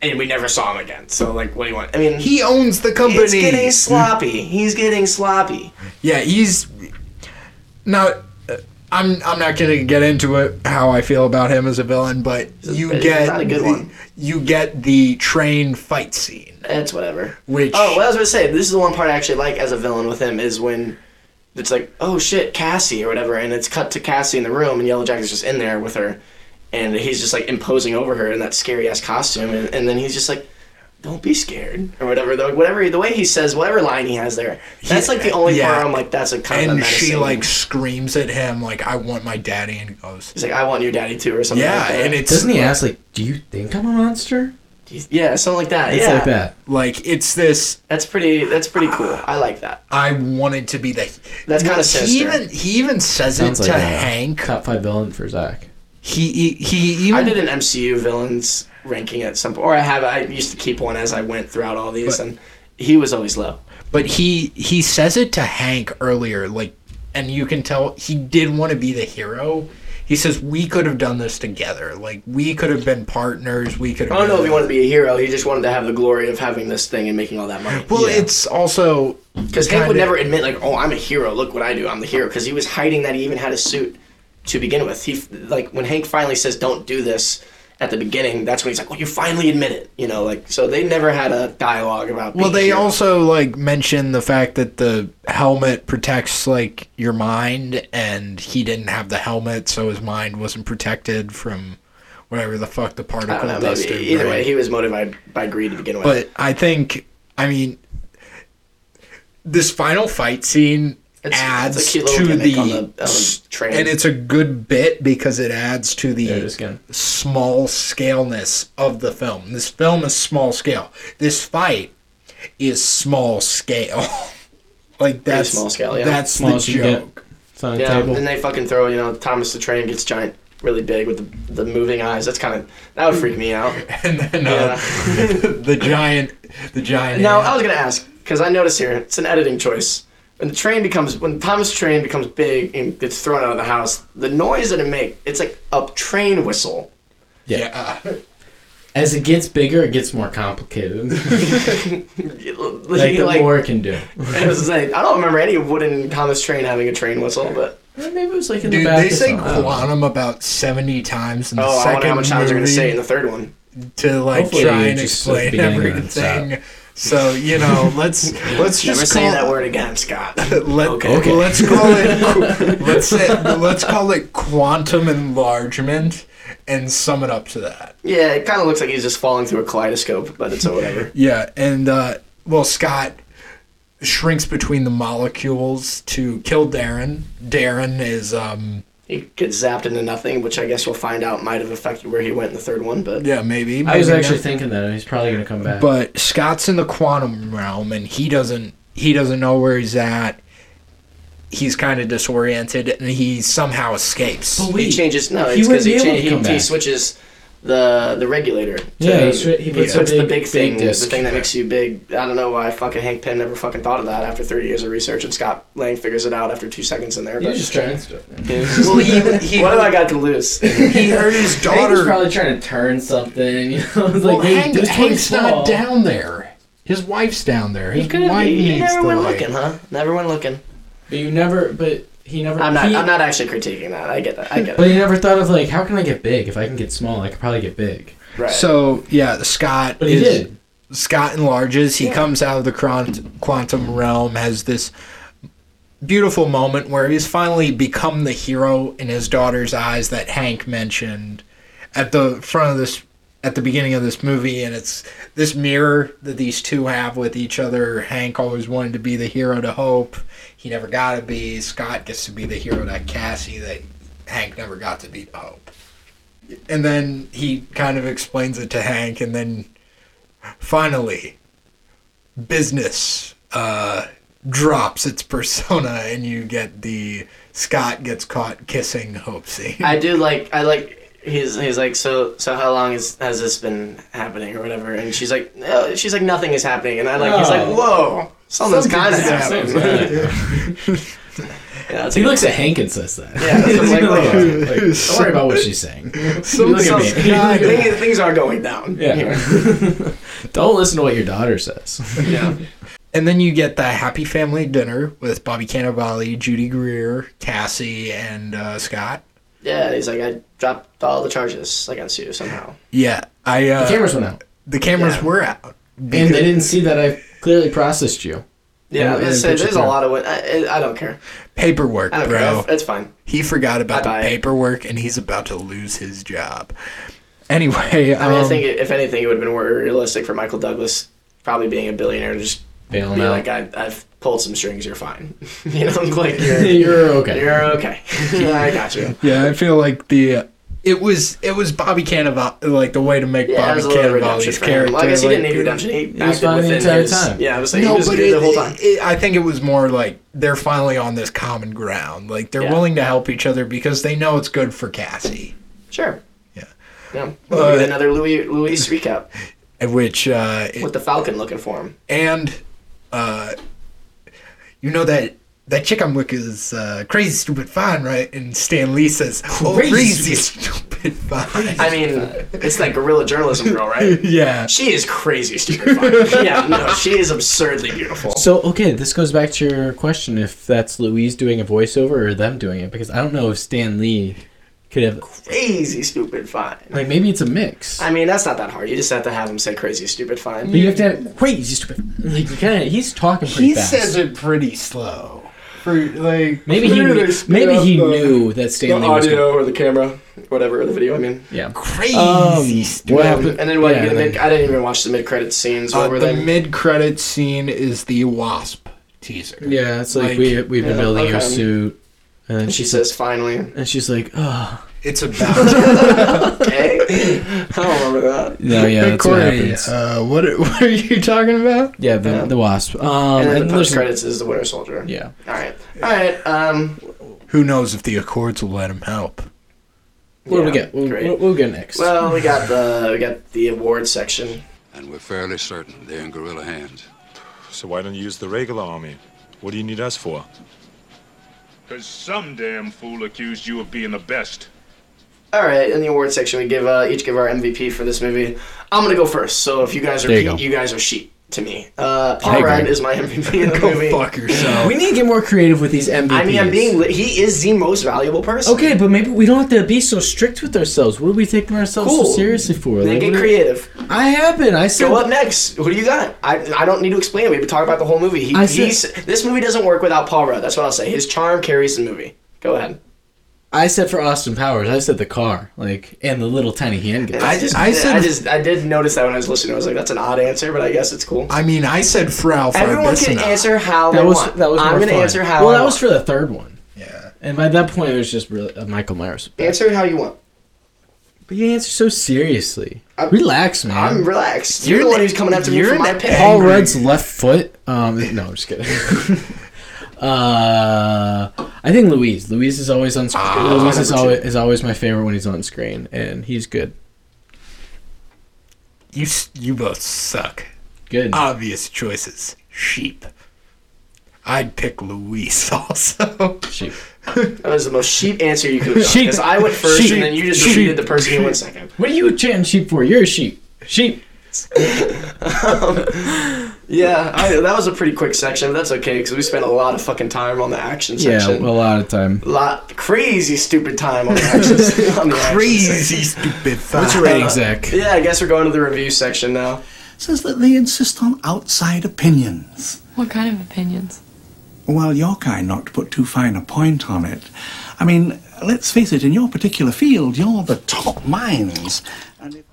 and we never saw him again. So like, what do you want? I mean, he owns the company. he's getting sloppy. He's getting sloppy. yeah, he's not. uh, I'm I'm not gonna get into it how I feel about him as a villain, but you it's get not a good the, one. you get the train fight scene, It's whatever. which Oh, well, I was gonna say this is the one part I actually like as a villain with him is when it's like, oh shit, Cassie or whatever, and it's cut to Cassie in the room, and Yellow Jacket's just in there with her, and he's just like imposing over her in that scary ass costume, and, and then he's just like, don't be scared or whatever. The, whatever the way he says, whatever line he has there, that's like the only yeah. part I'm like, that's a kind of and a she menacing- like screams at him like I want my daddy, and he goes He's like, I want your daddy too, or something. yeah, like that. and it's Doesn't he ask, like, do you think I'm a monster? yeah, something like that. It's yeah, like that. like it's this That's pretty. That's pretty cool. I like that. I wanted to be the. That's kinda He sinister. even he even says Sounds it like to a- Hank. Top five villain for Zach. He he, he even I did an MCU villains ranking at some point, or I have. I used to keep one as I went throughout all these, But- and he was always low. but he he says it to Hank earlier, like, and you can tell he did want to be the hero. He says we could have done this together. Like we could have been partners. We could. I have don't know been- if he wanted to be a hero. He just wanted to have the glory of having this thing and making all that money. Well, it's also because Hank would kinda- never admit like, "Oh, I'm a hero. Look what I do. I'm the hero." Because he was hiding that he even had a suit to begin with. He f- like when Hank finally says, "Don't do this." At the beginning, that's when he's like, "Well, you finally admit it," you know. Like, so they never had a dialogue about. Well, being a they hero. also like mention the fact that the helmet protects like your mind, and he didn't have the helmet, so his mind wasn't protected from whatever the fuck the I particle don't know. dust. Maybe. did, Either right? way, he was motivated by greed to begin with. but I think, I mean, this final fight scene It's- it's a adds cute little to gimmick the, on the- on the train. and it's a good bit because it adds to There it is the again. small scaleness of the film. This film is small scale. This fight is small scale. like that's small scale, yeah. That's Smallest the you can get. joke. It's on the Yeah, table. and they fucking throw, you know, Thomas the Train gets giant, really big with the, the moving eyes. That's kind of, that would freak me out. And then uh, the giant, the giant. Now, ant. I was going to ask, because I notice here, it's an editing choice. When the train becomes, when Thomas the Train becomes big and gets thrown out of the house, the noise that it makes, it's like a train whistle. yeah. uh, As it gets bigger, it gets more complicated. Like, like, the like, more it can do. it was like, I don't remember any wooden Thomas Train having a train whistle, but Maybe it was like in Dude, the back. uh, they or say something. I don't know. quantum about seventy times in the oh, I second wonder how much times they're going to movie. say in the third one. to like Hopefully try you and just said explain beginning and it's everything. So you know, let's let's Never just say call that word again, Scott. Let, Okay. Let's call it let's say, let's call it quantum enlargement and sum it up to that. yeah, it kind of looks like he's just falling through a kaleidoscope, but it's whatever. Yeah, and uh, well, Scott shrinks between the molecules to kill Darren. Darren is um he gets zapped into nothing, which I guess we'll find out might have affected where he went in the third one. But yeah maybe, I was maybe actually not. thinking that he's probably gonna come back. but Scott's in the quantum realm and he doesn't he doesn't know where he's at. He's kind of disoriented and he somehow escapes. But he Oh, wait, changes. No, he it's wouldn't because he, be able cha- to come he, he back. switches the the regulator. to- Yeah, he's re- he puts a the big- big big thing, disc. the thing that makes you big. I don't know why fucking Hank Penn never fucking thought of that after 30 years of research, and Scott Lang figures it out after two seconds in there. He but- was just trying stuff. Yeah, well, he- he- what have I got to lose? he heard his Hank was daughter. probably trying to turn something. You know, I was well, like, hey, Hank, this Hank's one's not not down. down there. His wife's down there. His He could wife be. He needs never the went light. looking, huh? Never went looking. But you never. But he never. I'm not. he- I'm not actually critiquing that. I get that. I get But it. you never thought of like, how can I get big? If I can get small, I could probably get big. Right. So yeah, Scott. But he is- did. Scott enlarges. He comes out of the quant- quantum realm. Has this beautiful moment where he's finally become the hero in his daughter's eyes that Hank mentioned at the front of this at the beginning of this movie and it's this mirror that these two have with each other hank always wanted to be the hero to hope he never got to be scott gets to be the hero to cassie that hank never got to be to hope and then he kind of explains it to hank and then finally business uh, drops its persona and you get the Scott gets caught kissing Hope scene. I do like I like he's he's like so so how long is, has this been happening or whatever and she's like no, she's like nothing is happening and I like he's like No. whoa something's got to Oh. happening. happen yeah, that's He a- looks at Hank and says that. yeah that's what I'm like, Like, whoa. don't worry about what she's saying. Some- Look at some- me. God, things, things are going down Yeah. don't listen to what your daughter says. yeah And then you get the happy family dinner with Bobby Cannavale, Judy Greer, Cassie, and uh, Scott. yeah and he's like I dropped all the charges against you somehow Yeah, I uh, The cameras went out, the cameras Yeah. were out. and they didn't see that I clearly processed you. yeah And- and let's say put you there's a through. lot of what I, I I don't care Paperwork, I don't bro. care it's fine He forgot about the Bye-bye. paperwork, and he's about to lose his job. Anyway, I mean I um, think if anything it would have been more realistic for Michael Douglas probably being a billionaire to just Bailing be out. like, I, I've pulled some strings. You're fine. you know, like you're You're okay. you're okay. I got you. Yeah, I feel like the it was it was Bobby Cannavale like the way to make Yeah, it Bobby was a little redemption Cannavale's for him. character. Well, I guess he didn't like, need redemption. He, was acted fine the within entire his, time. Yeah, I was like, No, he was but good it, the whole time. it- I think it was more like they're finally on this common ground. Like they're Yeah. willing to help each other because they know it's good for Cassie. sure. Yeah. Yeah. But- We'll get another Louis Louis recap And Which uh, it- with the Falcon looking for him. and uh, you know that that chick I'm with is uh, crazy stupid fine, right? And Stan Lee says, "Oh, Crazy crazy stupid fine." I mean, it's that guerrilla journalism girl, right? yeah. She is crazy stupid. fine. yeah, no, she is absurdly beautiful. So okay, this goes back to your question: if that's Louise doing a voiceover or them doing it, because I don't know if Stan Lee could have. Crazy stupid fine. Like maybe it's a mix. I mean, that's not that hard. You just have to have him say crazy stupid fine. but you have to have crazy stupid. Like you kind of he's talking pretty He fast. says it pretty slow. For like maybe he clearly knew, sped maybe up he the knew that The Stanley was going audio or the camera, whatever, or the video. I mean. yeah. crazy Um, stupid. what Um, happened? and then what? yeah, the then- mid, I didn't even watch the mid-credit scenes. What Uh, were the they? mid credit scene is the wasp teaser. yeah, it's like, Like- we we've been Yeah, building your okay. suit, and then she she says, "Finally, and she's like, oh It's about okay." I don't remember that. no, Oh, yeah, that's what happens. Uh, what are- what are you talking about? yeah, the, yeah. the wasp. Um, And then the there's- post-credits is the Winter Soldier. Yeah, All right. All right. Um. Who knows if the Accords will let him help? what do we yeah, get? We'll, great. we'll, we'll get next. Well, we got the we got the award section. And we're fairly certain they're in guerrilla hands. So why don't you use the regular army? What do you need us for? Because some damn fool accused you of being the best. All right. In the award section, we give uh, each give our MVP for this movie. I'm gonna go first. So if you guys are There Pete, you you, go. guys are sheep to me. Uh, I Paul agree. Rudd is my MVP in the Go movie. fuck yourself. we need to get more creative with these MVPs. I mean, I'm being. Li- he is the most valuable person. Okay, but maybe we don't have to be so strict with ourselves. What are we taking ourselves Cool. so seriously for? Then Like, get what are- creative. I happen. I said Go up next. Who do you got? I, I don't need to explain it. We've been talking about the whole movie. He, I said- he's, this movie doesn't work without Paul Rudd. That's what I'll say. His charm carries the movie. Go ahead. I said for Austin Powers. I said the car, like, and the little tiny handgun. I just, I I, said- just, I did notice that when I was listening. I was like, that's an odd answer, but I guess it's cool. I mean, I said Frau for Everyone can answer how That they was want. that was. I'm more gonna fun. answer how. Well, I that want. was for the third one, Yeah. and by that point it was just really uh, Michael Myers. answer how you want. But you answer so seriously. I'm- Relax, man. I'm relaxed. You're, the one who's coming after me you're for my an pick. Paul Rudd's left foot. Um, no, I'm just kidding. uh, I think Ah, Louise. Louise is always on. Sc- Louise is always is always my favorite when he's on screen, and he's good. You s- you both suck. Good. Obvious choices. Sheep. I'd pick Luis also. Sheep. That was the most sheep answer you could have done. Because I went first, and then you just repeated the person who went second. What are you chanting sheep for? You're a sheep. Sheep. Yeah, I, that was a pretty quick section, but that's okay because we spent a lot of fucking time on the action Yeah, section. a lot of time. lot crazy stupid time on the action. on the action Crazy section. stupid What's your rating, Zach? Yeah, I guess we're going to the review section now. Says that they insist on outside opinions. What kind of opinions? Well, your kind not to put too fine a point on it. I mean, let's face it, in your particular field, you're the top minds.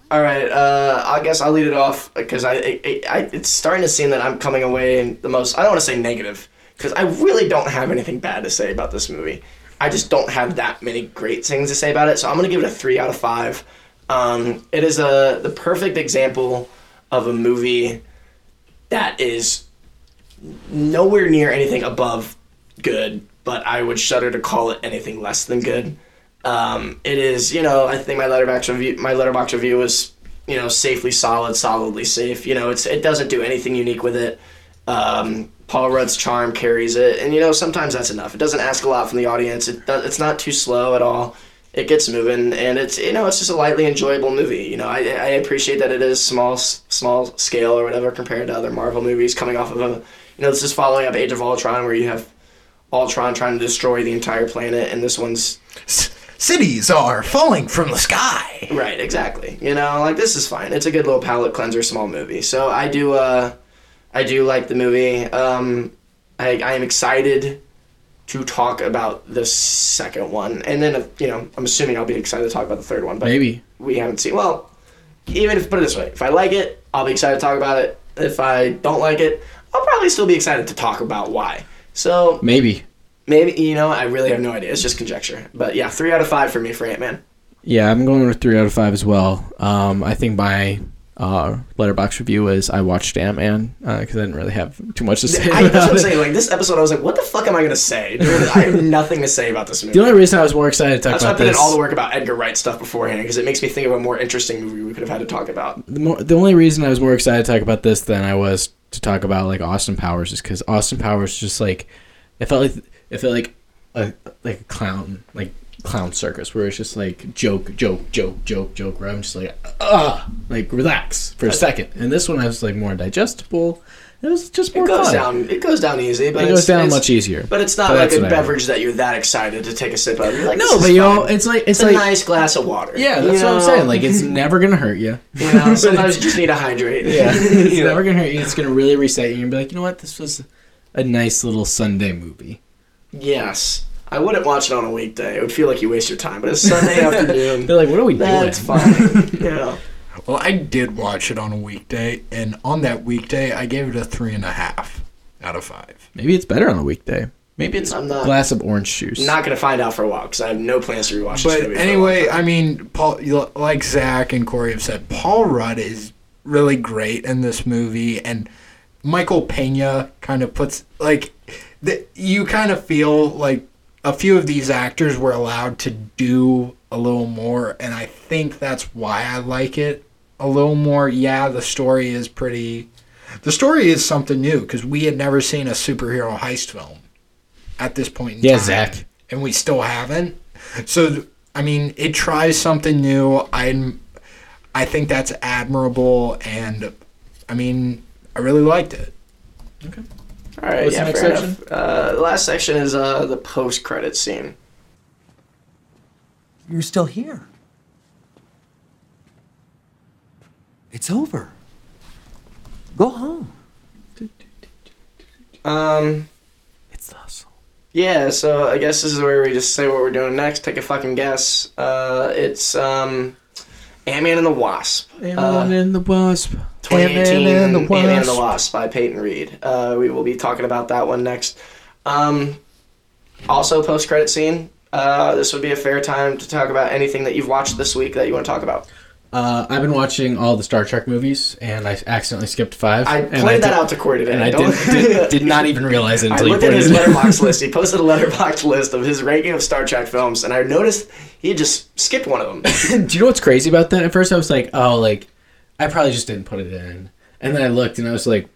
All right, uh, I guess I'll lead it off because I, I, I, it's starting to seem that I'm coming away the most. I don't want to say negative because I really don't have anything bad to say about this movie. I just don't have that many great things to say about it, so I'm gonna give it a three out of five. Um, it is a the perfect example of a movie that is nowhere near anything above good, but I would shudder to call it anything less than good. Um, it is, you know, I think my letterbox review, my letterbox review is, you know, safely solid, solidly safe. You know, it's it doesn't do anything unique with it. Um, Paul Rudd's charm carries it, and you know sometimes that's enough. It doesn't ask a lot from the audience. It does, it's not too slow at all. It gets moving, and it's you know it's just a lightly enjoyable movie. You know, I, I appreciate that it is small s- small scale or whatever compared to other Marvel movies coming off of a you know this is following up Age of Ultron where you have Ultron trying to destroy the entire planet, and this one's Cities are falling from the sky. Right, exactly. You know, like this is fine. It's a good little palate cleanser, small movie. So I do, uh, I do like the movie. Um, I, I am excited to talk about the second one, and then uh, you know, I'm assuming I'll be excited to talk about the third one. But Maybe. we haven't seen. Well, even if put it this way, if I like it, I'll be excited to talk about it. If I don't like it, I'll probably still be excited to talk about why. So Maybe. maybe you know, I really have no idea. It's just conjecture. But yeah, three out of five for me for Ant Man. Yeah, I'm going with three out of five as well. Um, I think my uh, letterbox review is I watched Ant Man because I didn't really have too much to say. I, about that's what I'm it. saying. Like this episode, I was like, "What the fuck am I gonna say?" Dude, I have nothing to say about this movie. The only reason I was more excited to talk that's why I about put this, in all the work about Edgar Wright stuff beforehand because it makes me think of a more interesting movie we could have had to talk about. the, mo- the only reason I was more excited to talk about this than I was to talk about like Austin Powers is because Austin Powers just like it felt like it felt like a like a clown like clown circus where it's just like joke joke joke joke joke where I'm just like ah like relax for a second and this one I was like more digestible it was just more It goes fun. down. It goes down easy, but It it's- goes down it's- much easier. But it's not But like that's a what I beverage that you're that excited to take a sip of. You're like, No, "This but is you know, fun." it's like- it's a like- nice glass of water. Yeah, that's You what I'm know? saying. Like, it's never gonna hurt you. you know, sometimes you just need to hydrate. Yeah, it's never gonna hurt you. It's gonna really reset you and be like, you know what, this was a nice little Sunday movie. Yes. I wouldn't watch it on a weekday. It would feel like you waste your time. But it's Sunday afternoon. They're like, what are we That's doing? fine. you know. Well, I did watch it on a weekday, and on that weekday, I gave it a three and a half out of five. Maybe it's better on a weekday. Maybe it's I'm a not- glass of orange juice. Not gonna find out for a while because I have no plans to rewatch this But movie. for a anyway, I mean, Paul, you- like Zach and Corey have said, Paul Rudd is really great in this movie, and Michael Pena kind of puts like the, you kind of feel like a few of these actors were allowed to do a little more, and I think that's why I like it a little more. Yeah, the story is pretty. The story is something new because we had never seen a superhero heist film at this point in Yeah, time. Zach. And we still haven't. So, th- I mean, it tries something new. I'm, I think that's admirable. And, I mean, I really liked it. All right. What's yeah, the next fair section? enough. Uh, the last section is uh, the post-credit scene. You're still here. It's over. Go home. Um, It's us. yeah. So I guess this is where we just say what we're doing next. Take a fucking guess. Uh, it's um, Ant-Man and the Wasp. Uh, Ant-Man and the Wasp. 2018 Ant-Man Ant-Man and, the Wasp by Peyton Reed. Uh, we will be talking about that one next. Um, also, post-credit scene. Uh, this would be a fair time to talk about anything that you've watched this week that you want to talk about. Uh, I've been watching all the Star Trek movies, and I accidentally skipped five. I and played that did- out to Corey today. And I Don't- did, did, did not even realize it I until you looked at pointed his it out. letterbox list. He posted a letterbox list of his ranking of Star Trek films, and I noticed he had just skipped one of them. Do you know what's crazy about that? At first, I was like, oh, like I probably just didn't put it in. And then I looked and I was like,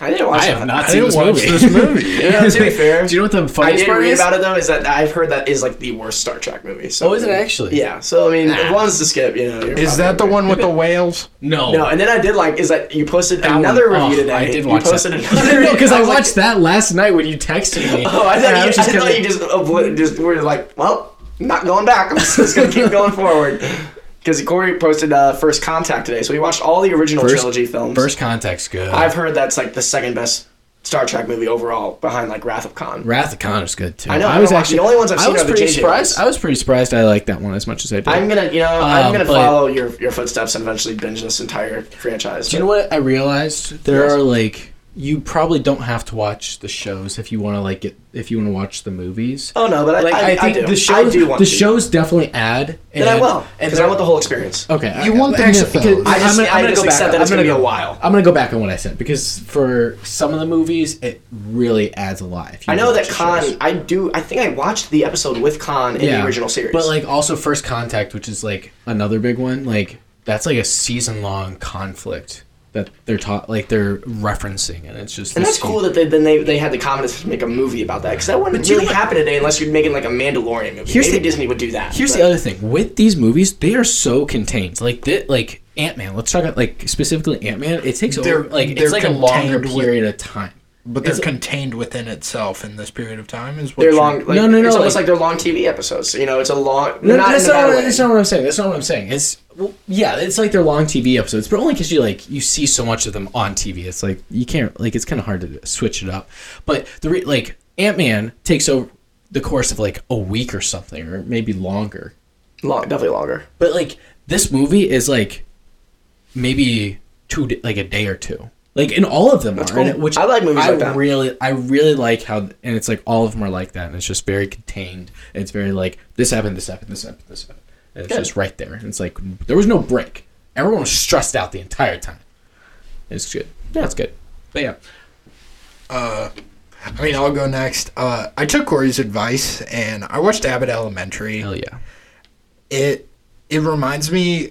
I didn't watch I have that. not I seen didn't this watch movie. this movie. Yeah, to be fair. Do you know what the I funniest did part read is? about it though. Is that I've heard that is like the worst Star Trek movie. So, Oh, is it actually? Yeah. So I mean, Nah. it one's to skip. You know. you're Is probably that the right. one with the whales? No. No, and then I did like is that you posted That another one- review oh, today. I did watch you posted that. another. no, because I, was like, watched that last night when you texted me. Oh, I And thought, you, was just I kinda thought you just avoid, just were like, well, not going back. I'm just gonna keep going forward. Because Corey posted uh, First Contact today, so he watched all the original First- trilogy films. First Contact's good. I've heard that's like the second best Star Trek movie overall, behind like Wrath of Khan. Wrath of Khan is good too. I know, I don't watch- the only ones I've I seen was are the pretty JJ surprised. ones. I was pretty surprised. I liked that one as much as I did. I'm gonna, you know, I'm Um, gonna but- follow your, your footsteps and eventually binge this entire franchise. Do you know what I realized? There are like you probably don't have to watch the shows if you want to like get if you want to watch the movies. Oh no, but I, Like, I, I think do. the shows I do want the to. shows definitely add. Then I will, and because I want the whole experience. Okay, You I- want the actually, mythos. because- I just- I'm gonna- I I'm gonna just go back- accept that it's I'm gonna go- be a while. I'm gonna go back on what I said because for some of the movies, it really adds a lot. if you I know watch that the Khan. shows. I do. I think I watched the episode with Khan in the original series. But like also First Contact, which is like another big one, like that's like a season long conflict that they're taught like they're referencing and it's just and this that's cool that they then they, they had the confidence to make a movie about that because that wouldn't But you really know what- happen today unless you're making like a Mandalorian movie. Here's Maybe the- Disney would do that. Here's but- the other thing with these movies, they are so contained. Like that, like Ant Man. Let's talk about like specifically Ant Man. It takes They're- over, like they're it's like a longer contained with- period of time. But they're It's- contained within itself in this period of time. Is what They're you're- long. Like, No, no, no, It's almost like- like they're long TV episodes. So, you know, it's a long. No, not that's in a not. bad What, way. that's not what I'm saying. That's not what I'm saying. It's well, yeah. It's like they're long TV episodes, but only because you like you see so much of them on TV. It's like you can't like it's kind of hard to switch it up. But the re- like Ant Man takes over the course of like a week or something, or maybe longer. Long, definitely longer. But like this movie is like maybe two d- like a day or two. Like in all of them, That's are, and cool. it- which I like movies I like that. really, I really like how, and it's like all of them are like that, and it's just very contained. And it's very like this happened, this happened, this happened, this happened. And it's Good. just right there. And it's like there was no break. Everyone was stressed out the entire time. It's good. Yeah. That's good. But yeah, Uh, I mean, I'll go next. Uh, I took Corey's advice and I watched Abbott Elementary. Hell yeah! It it reminds me,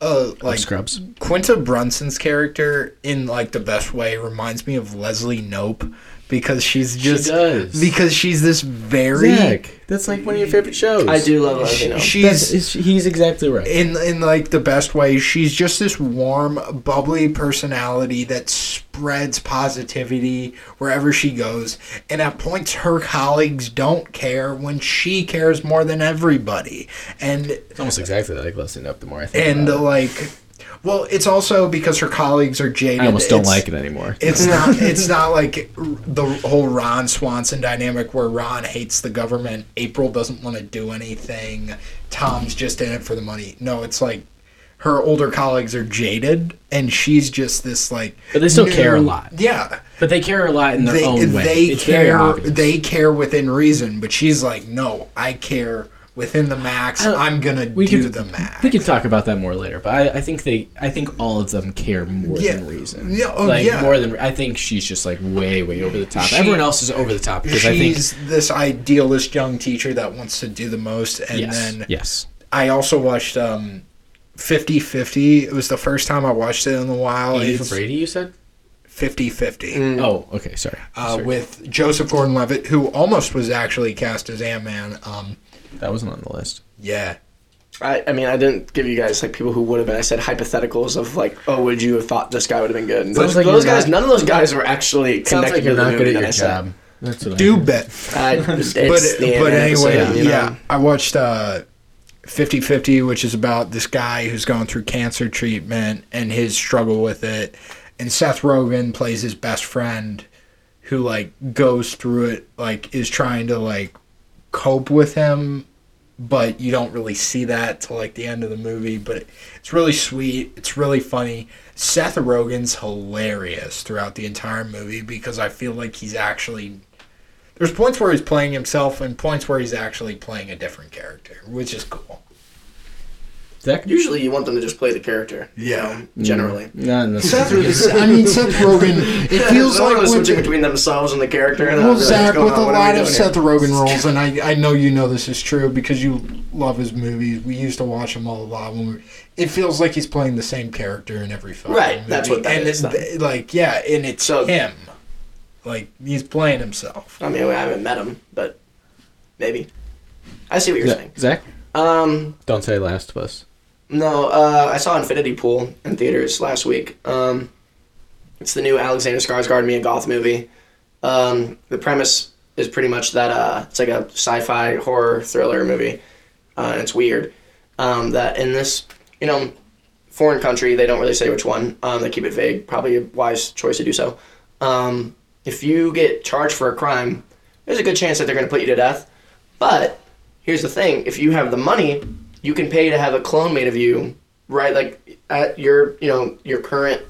uh, like Scrubs. Quinta Brunson's character in like the best way reminds me of Leslie Nope because she's just does. because she's this very Zach, that's like one of your favorite shows. I do love She- Latino. she's That's- he's exactly right. in in like the best way. She's just this warm, bubbly personality that spreads positivity wherever she goes, and at points her colleagues don't care when she cares more than everybody. And It's almost exactly like Leslie Up. The more I think, and about like, well, it's also because her colleagues are it. jaded. I almost don't It's- like it anymore. it's not. It's not like r- the whole Ron Swanson dynamic where Ron hates the government, April doesn't want to do anything, Tom's just in it for the money. No, it's like her older colleagues are jaded, and she's just this like. But they still care a new- lot. Yeah, But they care a lot in their they own way. they It's very care. obvious. They care within reason, but she's like, no, I care within the max. I'm gonna we do could- the max. We can talk about that more later, but I, I think they, I think all of them care more Yeah. than reason. Yeah, oh, like yeah. more than I think she's just like way, way over the top. She- Everyone else is over the top because She's I think this idealist young teacher that wants to do the most, and yes, then yes, I also watched um 50 50. It was the first time I watched it in a while. Eva Brady, you said 50 50. Oh, okay, sorry. Uh, Sorry. with Joseph Gordon Levitt, who almost was actually cast as Ant Man. Um, that wasn't on the list. Yeah. I, I mean, I didn't give you guys like people who would have been. I said hypotheticals of like, oh, would you have thought this guy would have been good? And Sounds those like those you're guys, not- none of those guys were actually Sounds connected like you're to the not movie good at that your I said. Um, job. That's what I Do bet. I- but it's but the Ant-Man anyway, episode, you know? yeah. I watched uh, 50 50, which is about this guy who's going through cancer treatment and his struggle with it. And Seth Rogen plays his best friend who, like, goes through it, like, is trying to, like, cope with him. But you don't really see that till like the end of the movie. But it's really sweet. It's really funny. Seth Rogen's hilarious throughout the entire movie because I feel like he's actually there's points where he's playing himself and points where he's actually playing a different character, which is cool. That Usually, you want them to just play the character. Yeah, generally. Not in this. Seth, I mean, Seth Rogen. It feels Someone like was when switching between themselves and the character. and I Well, was like, Zach, "What's with going a on? What are we lot of doing Seth here?" Rogen roles, and I, I know you know this is true because you love his movies. We used to watch him all a lot. When we, it feels like he's playing the same character in every fucking Right, movie. that's what that and is, it- then. like, yeah, and it's him. Like he's playing himself. I mean, I haven't met him, but maybe. I see what you're saying. Zach, Um, don't say Last of Us. no, uh, I saw Infinity Pool in theaters last week. Um, it's the new Alexander Skarsgård Mia Goth movie. Um, the premise is pretty much that uh, it's like a sci-fi horror thriller movie. Uh, and it's weird um, that in this, you know, foreign country, they don't really say which one. Um, they keep it vague. Probably a wise choice to do so. Um, if you get charged for a crime, there's a good chance that they're going to put you to death. But here's the thing: if you have the money, you can pay to have a clone made of you, right? Like at your, you know, your current,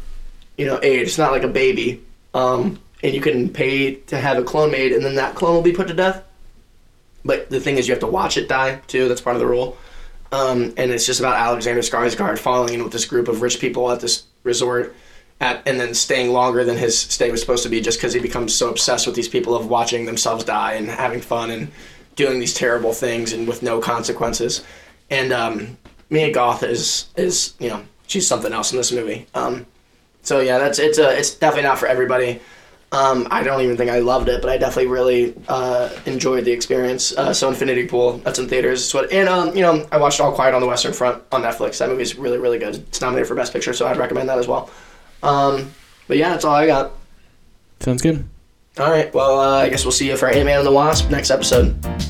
you know, age. It's not like a baby. Um, and you can pay to have a clone made, and then that clone will be put to death. But the thing is, you have to watch it die too. That's part of the rule. Um, and it's just about Alexander Skarsgård falling in with this group of rich people at this resort, at, and then staying longer than his stay was supposed to be, just because he becomes so obsessed with these people of watching themselves die and having fun and doing these terrible things and with no consequences. And um, Mia Goth is is you know she's something else in this movie. Um, so yeah, that's it's a, it's definitely not for everybody. Um, I don't even think I loved it, but I definitely really uh, enjoyed the experience. Uh, so Infinity Pool, that's in theaters. It's what, and um, you know, I watched All Quiet on the Western Front on Netflix. That movie's really really good. It's nominated for Best Picture, so I'd recommend that as well. Um, but yeah, that's all I got. Sounds good. All right, well, uh, I guess we'll see you for Ant Man and the Wasp next episode.